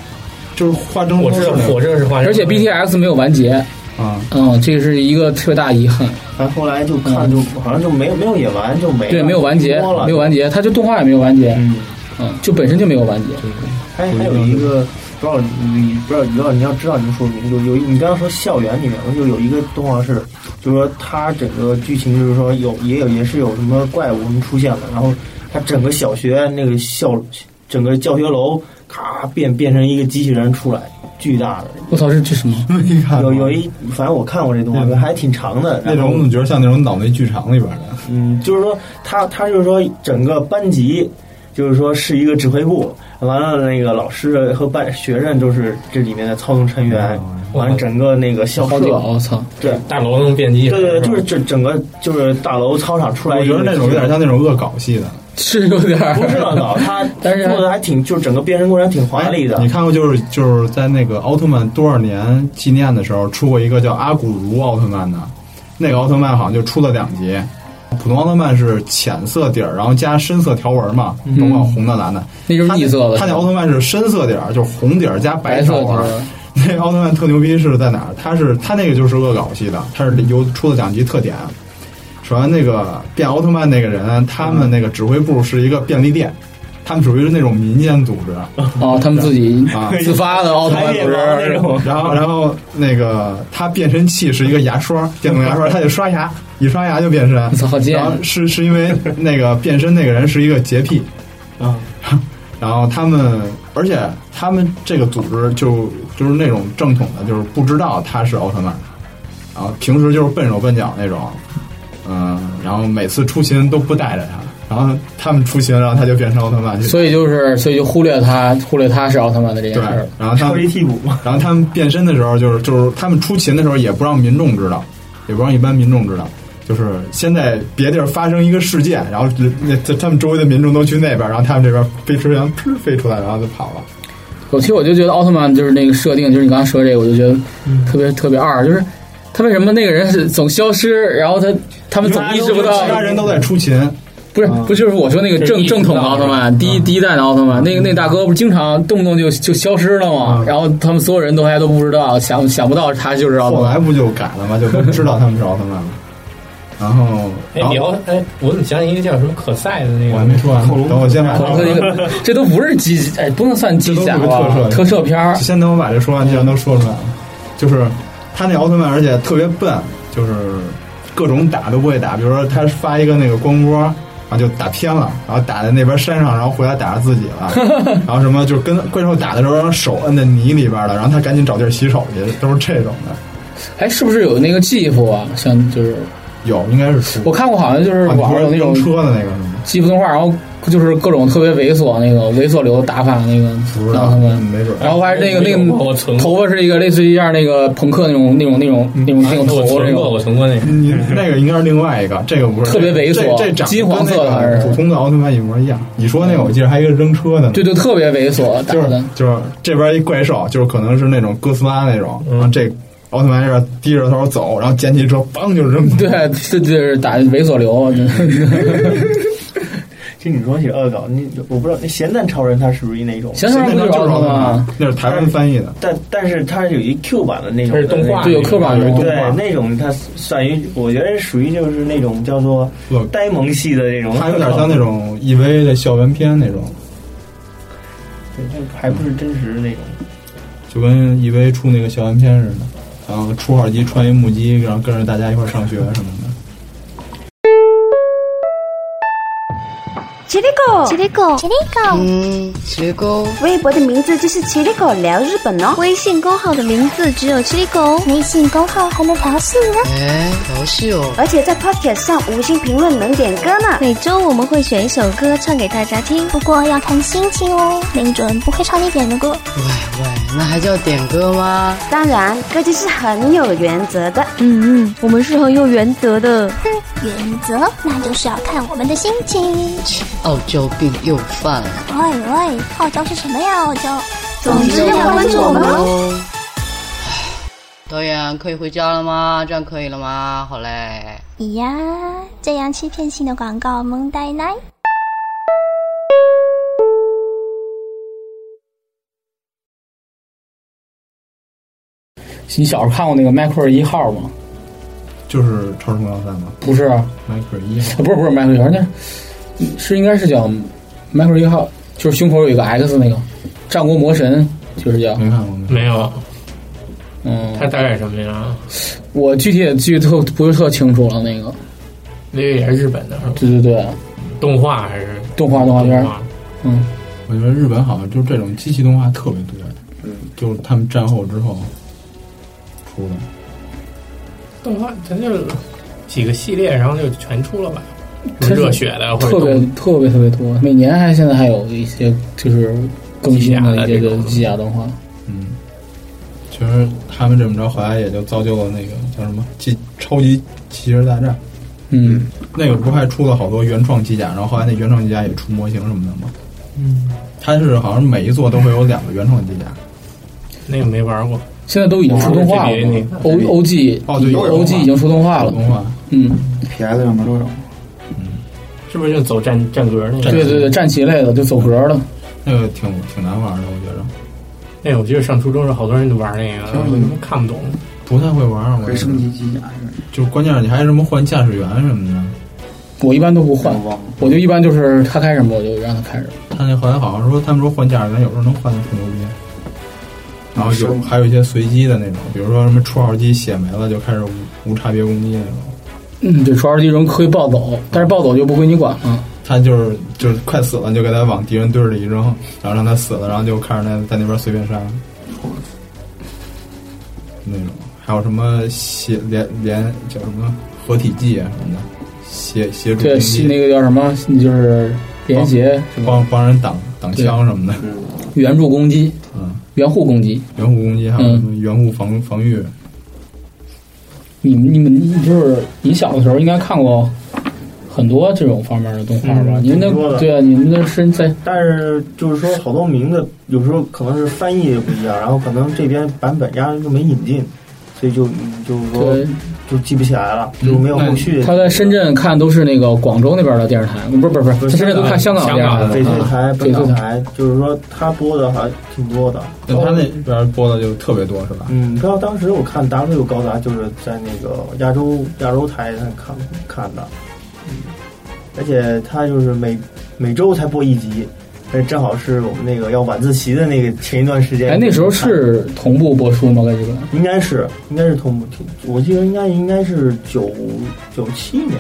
B: 就是画中
C: 我知道，我知道是啊画，
E: 而且 B T X 没有完结，
B: 啊，
E: 嗯，这个是一个特别大遗憾。
F: 然后后来就看就好像就没有没有演完就没
E: 嗯
F: 了
E: 对，没有完结，
F: 哎摸了
E: 没有完结，它就动画也没有完结，
F: 嗯，
E: 嗯，就本身就没有完结。
F: 哎还还有一个不知道你不知道你知道你要知道你就说明就有一你刚刚说校园里面就有一个动画是，就是说它整个剧情就是说有也有也是有什么怪物什么出现了，然后它整个小学那个校整个教学楼咔变变成一个机器人出来，巨大的。
E: 我操，这这什么？
B: 你看
F: 有有一，反正我看过这动画片，还挺长的。
B: 那
F: 然后
B: 种，我总觉得像那种脑内剧场里边的，
F: 嗯，就是说他他就是说整个班级，就是说是一个指挥部，完了那个老师和班学生就是这里面的操纵成
B: 哦
F: 员，完了整个那个校
E: 好
F: 舍，
E: 屌！啊我操，
F: 对
C: 大楼能变机，嗯
F: 对对，就是整整个就是大楼操场出来
B: 我
F: 一
B: 觉
F: 个，
B: 得那种有点像那种恶搞系的。
E: 是有点儿
F: 不是恶搞，
B: <laughs>
F: 他
E: 但是
F: 做的还挺，就是整个变身过程挺华丽的
B: 哎你。看过就是就是在那个奥特曼多少年纪念的时候出过一个叫阿古茹奥特曼的，那个奥特曼好像就出了两集。普通奥特曼是浅色底儿，然后加深色条纹嘛，
E: 嗯
B: 甭管红的蓝的。
E: 那就是
B: 他那
E: 逆色的。
B: 他那奥特曼是深色底儿，就是红底儿加
E: 白
B: 条
E: 色
B: 纹。
E: 的，
B: <laughs> 那奥特曼特牛逼是在哪儿？他是他那个就是恶搞系的，他是有出了两集特点。首先，那个变奥特曼那个人，他们那个指挥部是一个便利店，他们属于是那种民间组织。
E: 哦，他们自己
B: 啊
E: 自发的奥特曼
F: 还
E: 组
F: 有哎那
E: 织，
B: <laughs>
F: 种，
B: 然后，然后那个他变身器是一个牙刷，电动牙刷，他得刷牙，一刷牙就变身。
E: 操好贱
B: 然后是是因为那个变身那个人是一个洁癖，
F: <laughs> 啊，
B: 然后他们，而且他们这个组织就就是那种正统的，就是不知道他是奥特曼，然后平时就是笨手笨脚那种，嗯，然后每次出勤都不带着他，然后他们出勤，然后他就变成奥特曼去，
E: 所以就是所以就忽略他忽略他是奥特曼的这件
B: 对
E: 事儿。，
B: 然后他
F: 超级
B: 们
F: 替补嘛，
B: 然后他们变身的时候，就是就是他们出勤的时候也不让民众知道，也不让一般民众知道。就是先在别地儿发生一个事件，然后那那他们周围的民众都去那边，然后他们这边飞出来，噗飞出来，然后就跑了。
E: 我其实我就觉得奥特曼就是那个设定，就是你刚刚说这个，我就觉得
B: 嗯
E: 特别特别二，就是他为什么那个人是总消失，然后他他们总意识不到
B: 其，他人啊都在出勤，
E: 不是不就是我说那个
C: 就是啊
E: 正
C: 意识不
E: 正
C: 到
E: 统的奥特曼，第一第一代的奥特
B: 啊
E: 曼，那个那大哥不是经常动不动就就消失了吗？然后他们所有人都还都不知道，想想不到他就是奥特
B: 后
E: 曼。
B: 来不就改了吗？就都知道他们是奥特曼了。然后，
C: 哎，
B: 然
C: 你
B: 后
C: 要哎，我怎么想起一个叫什么可赛的那
B: 我还
C: 个
B: 没？说完呢，等我先把
E: 啊
B: <laughs>
E: 这个这都不是机，哎，不能算机甲
B: 这都不是特摄
E: 吧？特摄片儿，
B: 先等我把这说完，既然都说出来了，就是他那奥特曼，而且特别笨，就是各种打都不会打。比如说他发一个那个光波，然后就打偏了，然后打在那边山上，然后回来打着自己
E: <laughs>
B: 了。然后什么就是跟怪兽打的时候，手摁在泥里边了，然后他赶紧找地儿洗手去，都是这种的。
E: 哎，是不是有那个继父啊？像就是
B: 有，应该是出。
E: 我看过，好像就是
B: 啊，你
E: 网
B: 说
E: 上有那种
B: 扔车的那个是吗？
E: 西部动画，然后就是各种特别猥琐那个猥琐流的打法那个
B: 不知
E: 奥
B: 道，嗯
E: 特曼，
B: 没准儿。
E: 嗯然后还是那个
C: 我
E: 那
C: 有过我存
E: 个
C: 过
E: 头发是一个类似于像那个朋克那种那种那种
B: 嗯
E: 那种那种
C: 啊我
E: 头那
C: 存过，我
E: 种，
C: 存过那个。
B: 你那个应该是另外一个，这个不是
E: 特别猥琐
B: 这这长得
E: 金黄色的
B: 跟那
E: 还
B: 个
E: 是
B: 普通的奥特曼一模一样。你说那个，我记得还有一个扔车的呢，
E: 对对，特别猥琐打
B: 就是
E: 的。
B: 就是这边一怪兽，就是可能是那种哥斯拉那种，然后这奥特曼这边低着头走，然后捡起
E: <laughs>
B: 车，梆就扔。
E: 啊对，这就是打猥琐流，
F: 这就你说写恶搞，你我不知道那咸蛋超人他是不是那种，
E: 闲
B: 那
E: 不就是
B: 就是
E: 奥特曼吗？
B: 那是台湾翻译的，
F: 但但是它是有一 Q 版的那种
C: 它是动画
E: 对，有 Q 版的
B: 有一
F: 对
B: 动画
F: 那种它算于，我觉得属于就是那种叫做
B: 不
F: 呆萌系的那种，
B: 它有点像那种 EV 的校园片那种，
F: 对， <laughs> 还不是真实的那种。
B: 就跟 EV 出那个校园片似的，然后出号机穿一木屐，然后跟着大家一块儿上学什么的。
I: 奇力狗，
G: チリコ，チリコ，
J: 嗯，切糕，
I: 微博的名字就是奇力狗聊日本哦。
G: 微信公号的名字只有哦チリコ，微信公号还能调戏呢。
J: 哎，调戏哦，
I: 而且在 Podcast 上五星评论能点歌呢。
G: 每周我们会选一首歌唱给大家听，不过要看心情哦，林准不会唱你点的歌。
J: 喂喂，哎那还叫点歌吗？
I: 当然，歌姬是很有原则的。
A: 嗯嗯，我们是很有原则的。
G: 哼，原则那就是要看我们的心情。
J: 切傲娇病又犯了。
G: 喂喂，傲娇是什么呀？傲娇，
I: 总之要关注我们哦。
J: 哦。导演可以回家了吗？这样可以了吗？好嘞。
G: 咿呀，这样欺骗性的广告萌呆奶。
E: 你小时候看过那个迈克尔一号吗？
B: 就是《超时空要塞》吗？
E: 不是，啊，
B: 迈克尔一号
E: 不是不是迈克尔一号，那是是应该是叫迈克尔一号，就是胸口有一个 X 那个战国魔神，就是叫
B: 没看过吗？
C: 没有，
E: 嗯，
C: 它大概什么样？
E: 我具体也记得特不是特清楚了。那个，
C: 那个也是日本的，是吧
E: 对对对，
C: 动画还是
E: 动画动画片
C: 动
E: 儿，
C: 画？
E: 嗯，
B: 我觉得日本好像就是这种机器动画特别多，
D: 嗯，
B: 就是他们战后之后出的。
C: 动画咱就几个系列，然后就全出了吧。
E: 它
C: 什
E: 是
C: 么热血的，或者
E: 特别
C: 动
E: 特别特别多，每年还现在还有一些就是更新的一些
C: 机甲的这
E: 个
C: 种
E: 机甲动画，
B: 嗯，其实他们这么着，后来也就造就了那个叫什么《机超级机器人大战》，
E: 嗯，
B: 那个不还出了好多原创机甲，然后后来那原创机甲也出模型什么的吗？
C: 嗯，
B: 它是好像每一座都会有两个原创机甲，
C: 那个没玩过，
E: 现在都已经出动画
C: 哦这
E: 了
C: 个
E: 嘛，O O G 嗯
B: 哦对有动画
E: O G 已经出动画了，
B: 动画
E: 嗯，
D: PS 上面都有。
C: 是不是就走战战格那个？
E: 对对对，战棋类的就走格的，
B: 那个挺挺难玩的，我觉着
C: 那哎个我记得上初中时候好多人就玩那个，我他妈看不懂。
B: 不太会玩。啊我
D: 可以
B: 觉
D: 升
B: 得
D: 级机甲是吧？
B: 就是关键是你还什么换驾驶员什么的，
E: 我一般都不换
D: 我，忘了。
E: 我就一般就是他开什么我就让他开什么，
B: 他那后来好像说他们说换驾驶员有时候能换的挺牛逼。然后
D: 嗯
B: 有还有一些随机的那种，比如说什么初号机血没了就开始无无差别攻击那种。
E: 嗯，对，主要是一种可以暴走，但是暴走就不归你管了，
B: 他就是就是快死了，你就给他往敌人堆儿里一扔，然后让他死了，然后就看着他在那边随便杀，那种。还有什么协连连叫什么合体技啊什么的，协协助
E: 对
B: 攻，击
E: 那个叫什么，你就是联结什么
B: 帮帮人挡挡枪什么的，
E: 援助攻击、
B: 嗯，
E: 援护攻击，
B: 援护攻击还有什
C: 嗯
B: 么援护防防御，
E: 你们你们你就是你小的时候应该看过很多这种方面的动画吧？
F: 嗯
E: 你们
F: 挺多
E: 的
F: 的
E: 对啊，你们的身在
F: 但是就是说，好多名字有时候可能是翻译也不一样，然后可能这边版本压根就没引进，所以就就是说
E: 对，
F: 就记不起来了，
B: 嗯
F: 就没有后续。
E: 他在深圳看都是那个广州那边的电视台，不是不是不
F: 不
E: 是，在
F: 是
E: 深圳都看香港电视台
C: 香港
F: 翡翠
E: 啊
F: 台、
E: 翡翠
F: 本
E: 台
F: 港台，就是说他播的还挺多的。
B: 但他那边播的就特别多是吧？
F: 嗯，你知道当时我看 W 高达就是在那个亚洲亚洲台上看看的，嗯而且他就是每每周才播一集，而正好是我们那个要晚自习的那个前一段时间。
E: 哎，那时候是同步播出吗？在日本？
F: 应该是应该是同步听，我记得应该应该是九九七年、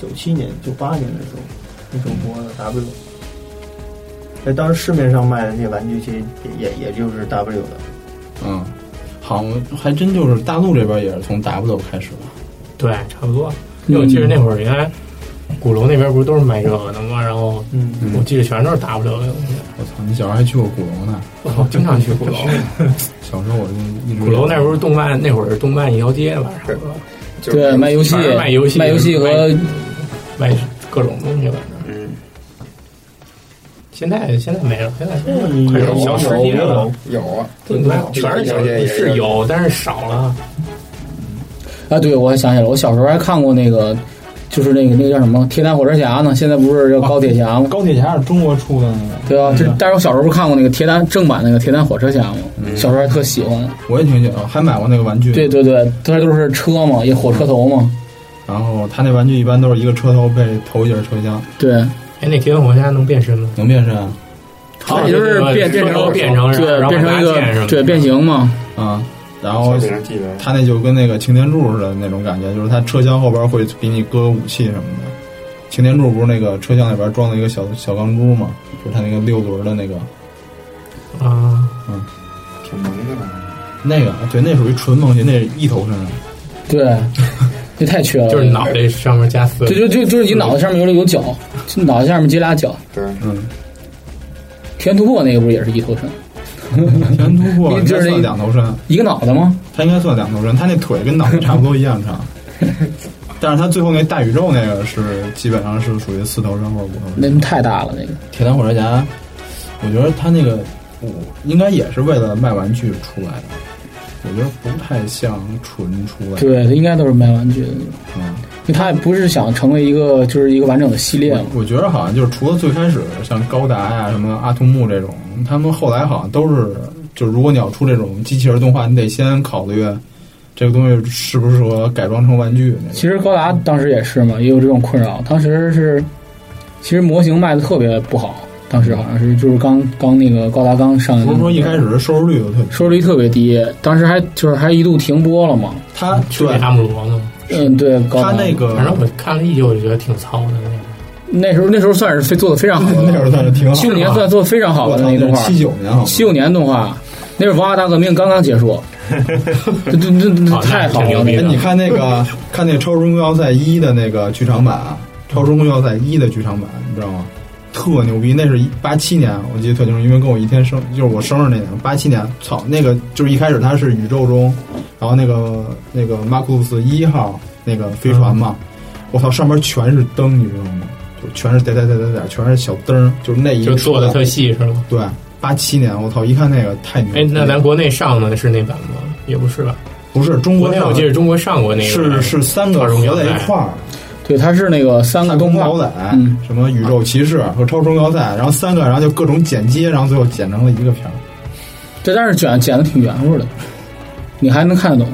F: 九七年、九八年的时候，那时候播的 W。在当时市面上卖的那些玩具，其实也也也就是 W 的。
B: 嗯，好像还真就是大陆这边也是从 W 开始吧。
C: 对，差不多。因为我记得那会儿原来鼓楼那边不是都是卖这个的吗？然后
F: 嗯，
C: 我记得全都是 W 的东西。
B: 我操，你小时候还去过鼓楼呢？
C: 我经常去鼓楼，
B: 小时候我就一直
C: 鼓楼那不是动漫，那会儿是动漫一条街吧？是吧？
D: 就是
E: 对，卖游戏
C: 反正，卖游戏
E: 卖游戏和
C: 卖各种东西，反正。
D: 嗯，
C: 现在现在没了，现在现在
F: 有
C: 快嗯有小吃
F: 有
C: 街了
D: 有
F: 有，
D: 啊，
C: 对全是小
D: 有
C: 街，
D: 也
C: 是有，但是少了。
E: 哎啊，对，我想起来了，我小时候还看过那个，就是那个那个叫什么《铁胆火车侠》呢？现在不是叫高铁侠吗？
B: 高铁侠是中国出的那个，
E: 对啊，就是但是我小时候不是看过那个铁胆正版那个铁胆火车侠吗？
C: 嗯
E: 小时候还特喜欢。
B: 我也挺喜欢，还买过那个玩具。
E: 对嗯对对，它都是车嘛，也火车头嘛。
B: 然后他那玩具一般都是一个车头配头一节车厢，
E: 对，
C: 哎，那铁胆火车侠能变身吗？
B: 能变身啊？
E: 它也就是变变成
C: 变成
E: 对变成一个对变形嘛。
B: 啊，然后他那就跟那个擎天柱似的那种感觉，就是他车厢后边会给你搁武器什么的。
E: 嗯
B: 擎天柱不是那个车厢里边装了一个小小钢珠嘛，就是他那个六轮的那个，
C: 啊，
B: 嗯，
D: 挺萌的吧？
B: 那个啊对，那属于纯梦境，那是一头身上。
E: <laughs>
C: <laughs>
E: 对，这太缺了，
C: 就是脑袋上面加四个
E: 对，就就就是你脑袋上面有有角，就脑袋下面接俩角。
D: 对，
B: 嗯，
E: 天突破那个不是也是一头身，
B: 全突破应
E: 就
B: 该
E: 是
B: 算
E: 那
B: 啊两头身，
E: 一个脑袋吗？
B: 他应该算两头身，他那腿跟脑袋差不多一样
E: <laughs>
B: 长。但是他最后那大宇宙那个是基本上是属于四头身或者五头身。
E: 那太大了，那个
B: 铁胆火车侠，我觉得他那个，我应该也是为了卖玩具出来的，我觉得不太像纯出来的。
E: 对，它应该都是卖玩具的那种，
B: 嗯，
E: 因为它也不是想成为一个就是一个完整的系列嘛。
B: 我觉得好像就是除了最开始像高达呀、什么阿童木这种，他们后来好像都是，就如果你要出这种机器人动画，你得先考虑这个东西适不适合改装成玩具那种。
E: 其实高达当时也是嘛，也有这种困扰。当时是，其实模型卖的特别不好，当时好像是就是刚刚那个高达刚上映，
B: 不是说一开始收视率就特别，
E: 收视率特别低，当时还就是还一度停播了嘛。
B: 他
C: 是
B: 对
C: 阿姆罗吗？
E: 嗯，对，高达
B: 他那个
C: 反正我看了一集，我就觉得挺糙的那个。
E: 那时候那时候算是非做的非常好
B: 那
E: 的，
B: 会儿算是挺好的，
E: 七五年算做的非常好
B: 我
E: 的
B: 操，
E: 那动
B: 那
E: 画，
B: 七九年好像
E: 七五年动画，那是文化大革命刚刚结
B: <laughs>
E: 束，这这这这太好了，那
B: 哎，
E: 个
B: 你看那个，看那个《超时空要塞一》的那个剧场版，啊，《超时空要塞一》的剧场版，你知道吗？特牛逼！那是八七年，我记得特清楚，因为跟我一天生，就是我生日那年，八七年。操，那个就是一开始它是宇宙中，然后那个那个马库鲁斯一号那个飞船嘛，
E: 嗯
B: 我操，上面全是灯，你知道吗？就全是点点点点点，全是小灯儿，就是那一
C: 就
B: 个
C: 做的特细是吗？
B: 对。八七年，我操！一看那个太牛逼
C: 哎，
B: 了。
C: 那咱国内上的是那版吗？也不是吧？
B: 不是中
C: 国
B: 国
C: 内
B: 上
C: 我
B: 的
C: 记得中国上过那个，
B: 是是三个
C: 超时空要
B: 合
C: 塞
B: 在一块儿，
E: 对，它是那个三
B: 太
E: 个
B: 空
E: 动画
B: 摇，载
E: 嗯，
B: 什么宇宙骑士和超时空摇载，然后三个，然后就各种剪接，然后最后剪成了一个片儿。
E: 这但是卷剪的挺圆乎的，你还能看得懂。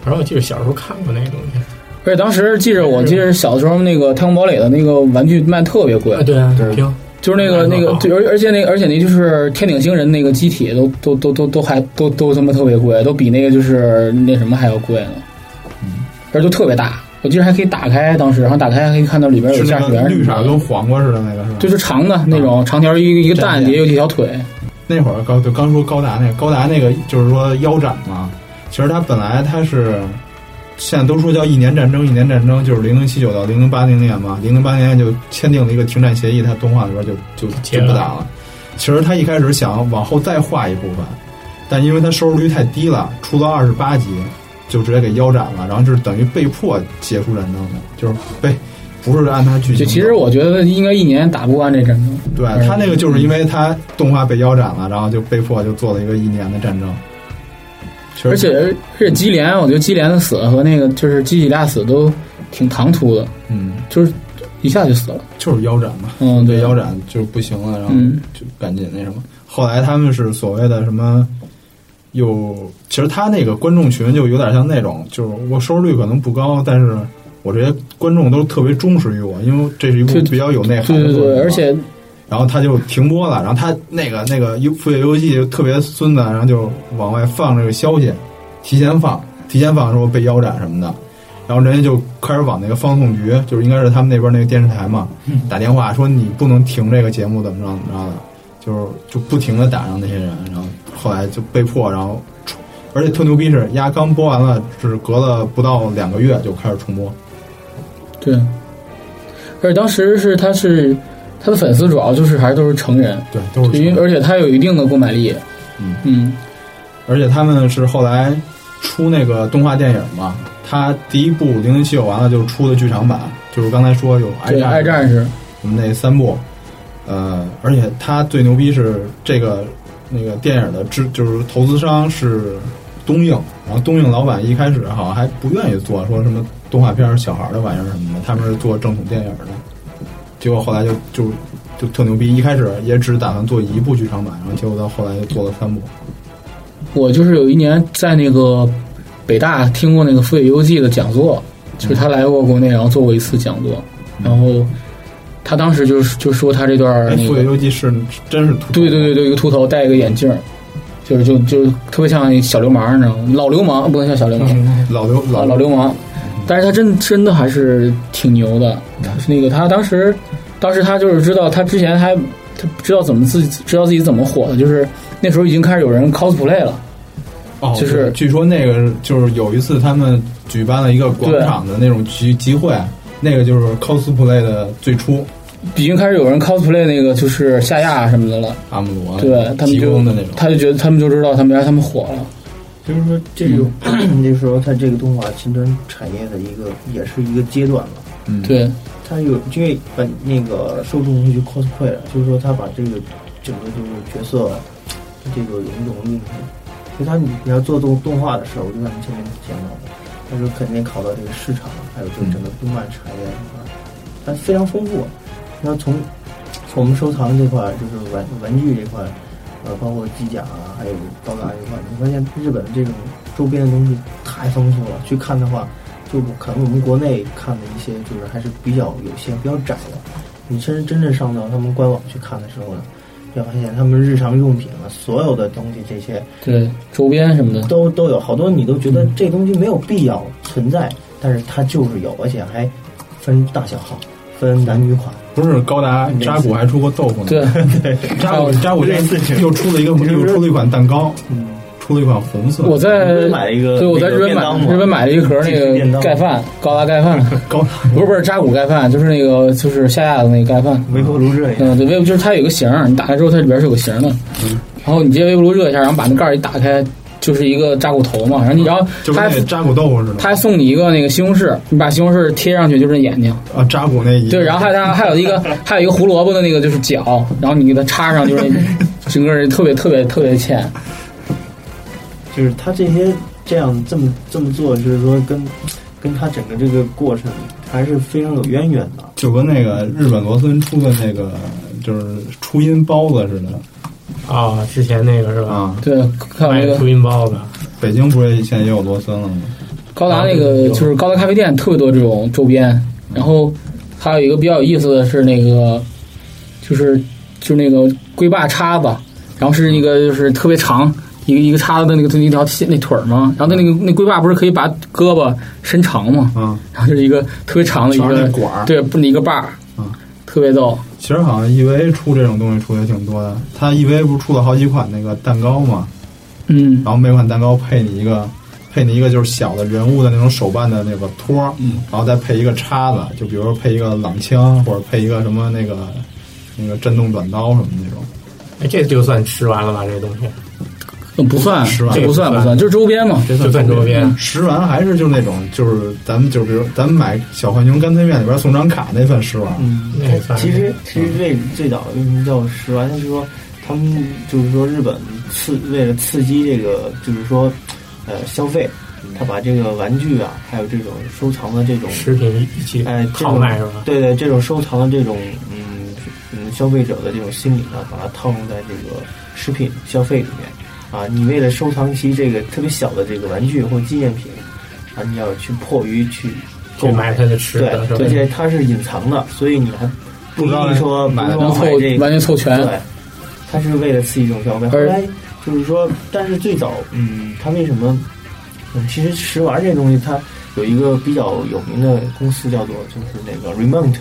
C: 反正我记得小时候看过那个东西。
E: 而且当时记着，我记着小时候那个太空堡垒的那个玩具卖特别贵
C: 啊，，对啊，挺
E: 就是那个
C: 卖
E: 那
C: 得
E: 个
C: 好，
E: 对，而而且那个而且那就是天顶星人那个机体都都都都都还都都他妈特别贵，都比那个就是那什么还要贵呢，而且就特别大，我记得还可以打开，当时然后打开还可以看到里边有
B: 是
E: 驾
B: 那
E: 驶
B: 个
E: 员，
B: 绿色跟黄瓜似的那个是吧？
E: 就是长的那种长条一个一个蛋
B: 战舰
E: 也有几条腿，
B: 那会儿高就刚说高达那个高达那个就是说腰斩嘛，其实它本来它是现在都说叫一年战争，一年战争就是零零七九到零零八零年嘛，零零八零年就签订了一个停战协议，它动画里边就就
C: 结
B: 就
C: 了
B: 不打了。其实他一开始想往后再画一部分，但因为它收视率太低了，出到二十八集就直接给腰斩了，然后就是等于被迫结束战争的，就是被不是按他剧
E: 就
B: 情走。
E: 其实我觉得应该一年打不完这战争，
B: 对他那个就是因为他动画被腰斩了，然后就被迫就做了一个一年的战争。其实
E: 而且而且基连，我觉得基连的死和那个就是基里亚死都挺唐突的，
B: 嗯，
E: 就是一下就死了，
B: 就是腰斩嘛，
E: 嗯，
B: 对
E: 对，
B: 腰斩就不行了，然后
E: 嗯
B: 就赶紧那什么。后来他们是所谓的什么，有其实他那个观众群就有点像那种，就是我收视率可能不高，但是我这些观众都特别忠实于我，因为这是一部
E: 对
B: 比较有内涵
E: 对
B: 的
E: 对
B: 作品啊
E: 对，
B: 嘛
E: 而且
B: 然后他就停播了，然后他那个那个副业游戏就特别孙子，啊然后就往外放这个消息，提前放，提前放说被腰斩什么的，然后人家就开始往那个放送局，就是应该是他们那边那个电视台嘛，打电话说你不能停这个节目，怎么着怎么着的，就是就不停的打上那些人，然后后来就被迫，然后出，而且特牛逼是，压刚播完了，是隔了不到两个月就开始重播，
E: 对，而且当时是他是他的粉丝主要就是还都是成人，
B: 对，都是重
E: 因为
B: 播
E: 而且他有一定的购买力，
B: 嗯
E: 嗯，
B: 而且他们是后来出那个动画电影嘛，他第一部《零零七》有完了就出的剧场版，就是刚才说有爱
E: 对，
B: 战、
E: 爱战士，
B: 我们那三部，呃，而且他最牛逼是这个那个电影的制就是投资商是东映，然后东映老板一开始好像还不愿意做，说什么动画片儿、小孩儿的玩意儿什么的，他们是做正统电影的。结果后来就就就特牛逼，一开始也只打算做一部剧场版，然后结果到后来就做了三部。
E: 我就是有一年在那个北大听过那个富野由纪的讲座，就是
B: 嗯
E: 他来过国内，然后做过一次讲座，然后他当时就是就说他这段儿
B: 哎，
E: 那
B: 富野
E: 个，
B: 由纪是真是土，
E: 对对对对，一个秃头戴一个眼镜儿，就是就就特别像小流氓，你知道吗？老流氓不能叫小流氓，
B: 老刘
E: 啊
B: 老
E: 老流氓，
B: 嗯
E: 但是他真真的还是挺牛的。他是那个他当时，当时他就是知道他之前还他知道怎么自己知道自己怎么火的，就是那时候已经开始有人 cosplay 了。
B: 哦，
E: 就是
B: 对据说那个就是有一次他们举办了一个广场的那种集集会，那个就是 cosplay 的最初
E: 已经开始有人 cosplay 那个就是夏亚什么的了，
B: 阿姆罗
E: 对他们
B: 提
E: 就
B: 啊供的那种，
E: 他就觉得他们就知道他们家他们火了，
F: 就是说这个， <clears throat> 就是说它这个动画形成产业的一个，也是一个阶段吧。
B: 嗯，
E: 对，
F: 它有因为把那个受众去 cosplay 了，就是说它把这个整个这个角色这个人容进去。所以它你你要做动动画的时候，就像你前面讲到的，它是肯定考到这个市场，还有就是整个动漫产业啊，它非常丰富。那从从我们收藏这块儿，就是玩玩具这块儿，呃，包括机甲啊，还有高达这块儿，你发现日本这种周边的东西太丰富了。去看的话，就可能我们国内看的一些，就是还是比较有限、比较窄的。你真真正上到他们官网去看的时候呢，就发现他们日常用品啊，所有的东西这些
E: 对周边什
B: <laughs>
E: 么的，
F: 都都有，好多你都觉得这东西没有必要存在，但是它就是有，而且还分大小号，分男女款。
B: 不是高达扎古还出过豆腐呢，
E: 对，
B: 扎古扎古这又出了一个
E: <laughs>
B: 又出了一款蛋糕，
F: 嗯，
B: 出了一款红色，
E: 我在
F: 日本买了一个
E: 对我在日本
F: 那个便当嘛
E: 买日本买了一盒那
F: 即食便
E: 个
F: 当
E: 盖饭高达盖饭，
B: 高达
E: 不是不是扎古盖饭，就是那个就是夏亚的那个盖饭，
F: 微波炉热一下，
E: 嗯，对，微波就是它有个形儿，你打开之后它里边是有个形儿的，
F: 嗯
E: 然后你直接微波炉热一下，然后把那盖儿一打开，就是一个扎古头嘛，然后你然后
B: 就
E: 它
B: 跟那
E: 还
B: 扎古豆腐似的，
E: 它还送你一个那个西红柿，你把西红柿贴上去就是那眼睛，
B: 啊扎古那一
E: 对，然后还有它还有一个还有一个胡萝卜的那个就是脚，然后你给它插上就是那整个人特别特别特别欠，
F: 就是他这些这样这么这么做，就是说跟跟他整个这个过程还是非常有渊源的。
B: 就跟那个日本罗森出的那个就是初音包子似的
C: 啊，之前那个是吧？
B: 啊，
E: 对，看有
C: 卖
E: 那
F: 哎
E: 个
C: 初音包子，
B: 北京不是现在也有罗森了吗？
E: 高达那个就是高达咖啡店特别多这种周边，然后还有一个比较有意思的是那个，就是就是那个龟把叉子，然后是那个就是特别长一个一个叉子的那个那条线那腿儿嘛，然后它那个那龟把不是可以把胳膊伸长嘛，
B: 啊，
E: 然后就是一个特别长的一
B: 全是
E: 个
B: 那管儿
E: 对，不是一个把儿
B: 嗯，
E: 特别逗，
B: 其实好像 EVA 出这种东西出的也挺多的，它 EVA 不是出了好几款那个蛋糕嘛，
E: 嗯
B: 然，后每款蛋糕配你一个，配你一个就是小的人物的那种手办的那个托儿，然后再配一个叉子，就比如说配一个朗枪或者配一个什么那个那个震动短刀什么那种。
C: 哎，这就算吃完了吧？这东西，
E: 不算，
B: 是吧
E: 这不算不算，就是周边嘛，
C: 这算周边。
B: 食玩还是就是那种就是咱们就比如咱们买小浣熊干脆面里边送张卡那份食玩，
F: 嗯
C: 那也算
F: 其实其实这最早为什么叫十丸，就是说他们就是说日本刺为了刺激这个就是说呃消费，他把这个玩具啊，还有这种收藏的这种
C: 食品一起
F: 哎，这
C: 好
F: 种
C: 卖是吧？
F: 对对，这种收藏的这种嗯嗯消费者的这种心理呢，把它套用在这个食品消费里面啊。你为了收藏一些这个特别小的这个玩具或纪念品啊，你要去迫于去
C: 去
F: 购
C: 买它的吃
F: 对
C: 的是，吧
F: 而？且它是隐藏的，所以你还不一定说
B: 不知道买
F: 不
E: 能
F: 说
E: 凑
F: 买这个
E: 完全凑全，
F: 对，它是为了刺激这种消费。后
E: 而
F: 来就是说，但是最早，嗯，它为什么？嗯，其实食玩这东西，它有一个比较有名的公司叫做就是那个 Remont，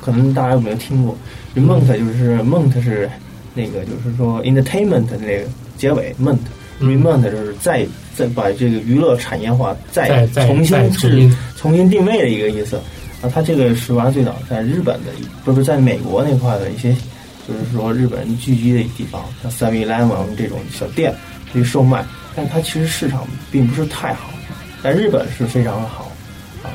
F: 可能大家有没有听过？Remont
C: 嗯
F: 就是 Mont 是那个就是说 entertainment 的那个结尾 Mont。Remont
C: 嗯
F: 就是再再把这个娱乐产业化再
C: 再再
F: 重
C: 再
F: 新
C: 重
F: 制
C: 新
F: 重新定位的一个意思。啊，它这个食玩最早在日本的，不是在美国那块的一些，就是说日本人聚居的地方，像 Seven Eleven 这种小店去售卖，但它其实市场并不是太好，在日本是非常的好啊，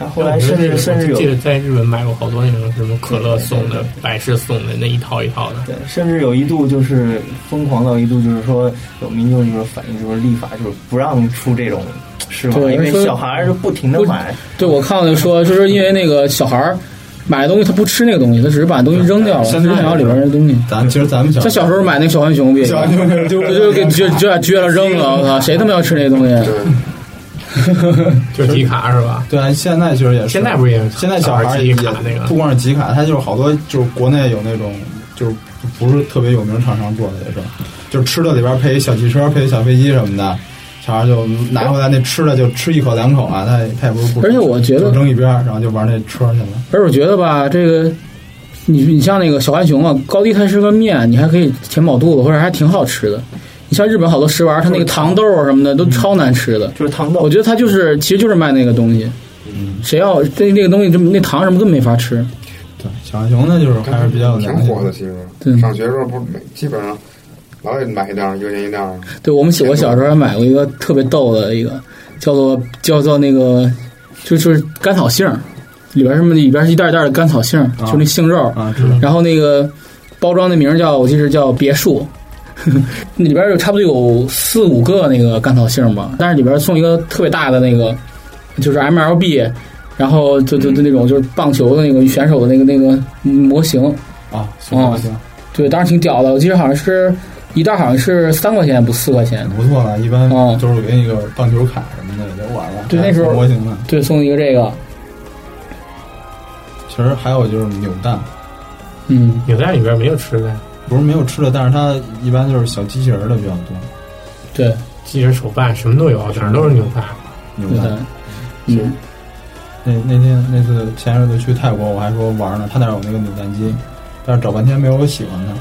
F: 然后后来甚至甚至有
C: 记得在日本买过好多那种什么可乐送的、百事送的那一套一套的。
F: 对，甚至有一度就是疯狂到一度，就是说有民众就是反映，就是立法就是不让出这种释放，
E: 对
F: 因为
E: 说
F: 小孩儿就不停的买，
E: 对，我看了说，就是因为那个小孩儿买的东西，他不吃那个东西，他只是把东西扔掉了，他
B: 现
E: 只
B: 在
E: 想要里边的东西。
B: 咱其实咱们小
E: 他小时候买那个小浣熊不也一
B: 嗯小
E: 样？
B: 浣熊
E: 就就给撅撅撅了扔了，我
B: <laughs>
E: 靠，谁他妈要吃那东西？
C: 就是集卡是吧？
B: 对啊，现在其实也是，
C: 现在不是也是
B: 现在小孩儿也
C: 小孩儿集卡那个
B: 不光是集卡，他就是好多就是国内有那种就是不是特别有名厂商做的也是，就是吃的里边配一小汽车，配一小飞机什么的，小孩儿就拿回来那吃的就吃一口两口啊，他也他也不是不吃，
E: 而且我觉得
B: 就扔一边儿，然后就玩那车去了。
E: 而我觉得吧，这个你你像那个小浣熊啊，高低它是个面，你还可以填饱肚子，或者还挺好吃的。你像日本好多食玩，它那个糖豆啊什么
B: 嗯
E: 的都超难吃的。
F: 就是糖
E: 我
F: 豆。
E: 觉得它就是其实就是卖那个东西，
B: 嗯
E: 谁要这那个东西就那糖什么根本没法吃。
B: 对，小浣熊那就是还是比较
D: 挺火的，其
E: 对
D: 实上学时候不是每基本上老得买一袋儿，一块钱一袋儿。
E: 对我们小我小时候还买过一个特别逗的一个，叫做叫做那个就就是甘草杏儿，里边儿什么里边儿是一袋儿一袋儿的甘草杏儿，就那杏肉，
B: 啊，知道。
E: 然后那个包装的名儿叫，我记得叫别墅， <laughs> 里边儿有差不多有四五个那个甘草杏吧，但是里边儿送一个特别大的那个，就是 MLB，然后就就就那种就是棒球的那个选手的那个那个模型，
B: 啊，行吧
E: 嗯
B: 行，
E: 对，当时挺屌的，我记得好像是一袋儿好像是三块钱不四块钱
B: 挺，不错了。一般
E: 哦
B: 就是给你个棒球卡什么的也就完了。
E: 对那时候
B: 模型呢，
E: 对，送一个这个，
B: 其实还有就是扭蛋，
E: 嗯，
C: 扭蛋里边没有吃的，
B: 不是没有吃的，但是它一般就是小机器人儿的比较多。
E: 对，
C: 记着手办什么都有，哪儿都是扭蛋。
B: 扭
E: 对
B: 蛋
E: 的，嗯，
B: 那那天那次前日子去泰国，我还说玩呢，他那儿有那个扭蛋机，但是找半天没有我喜欢的。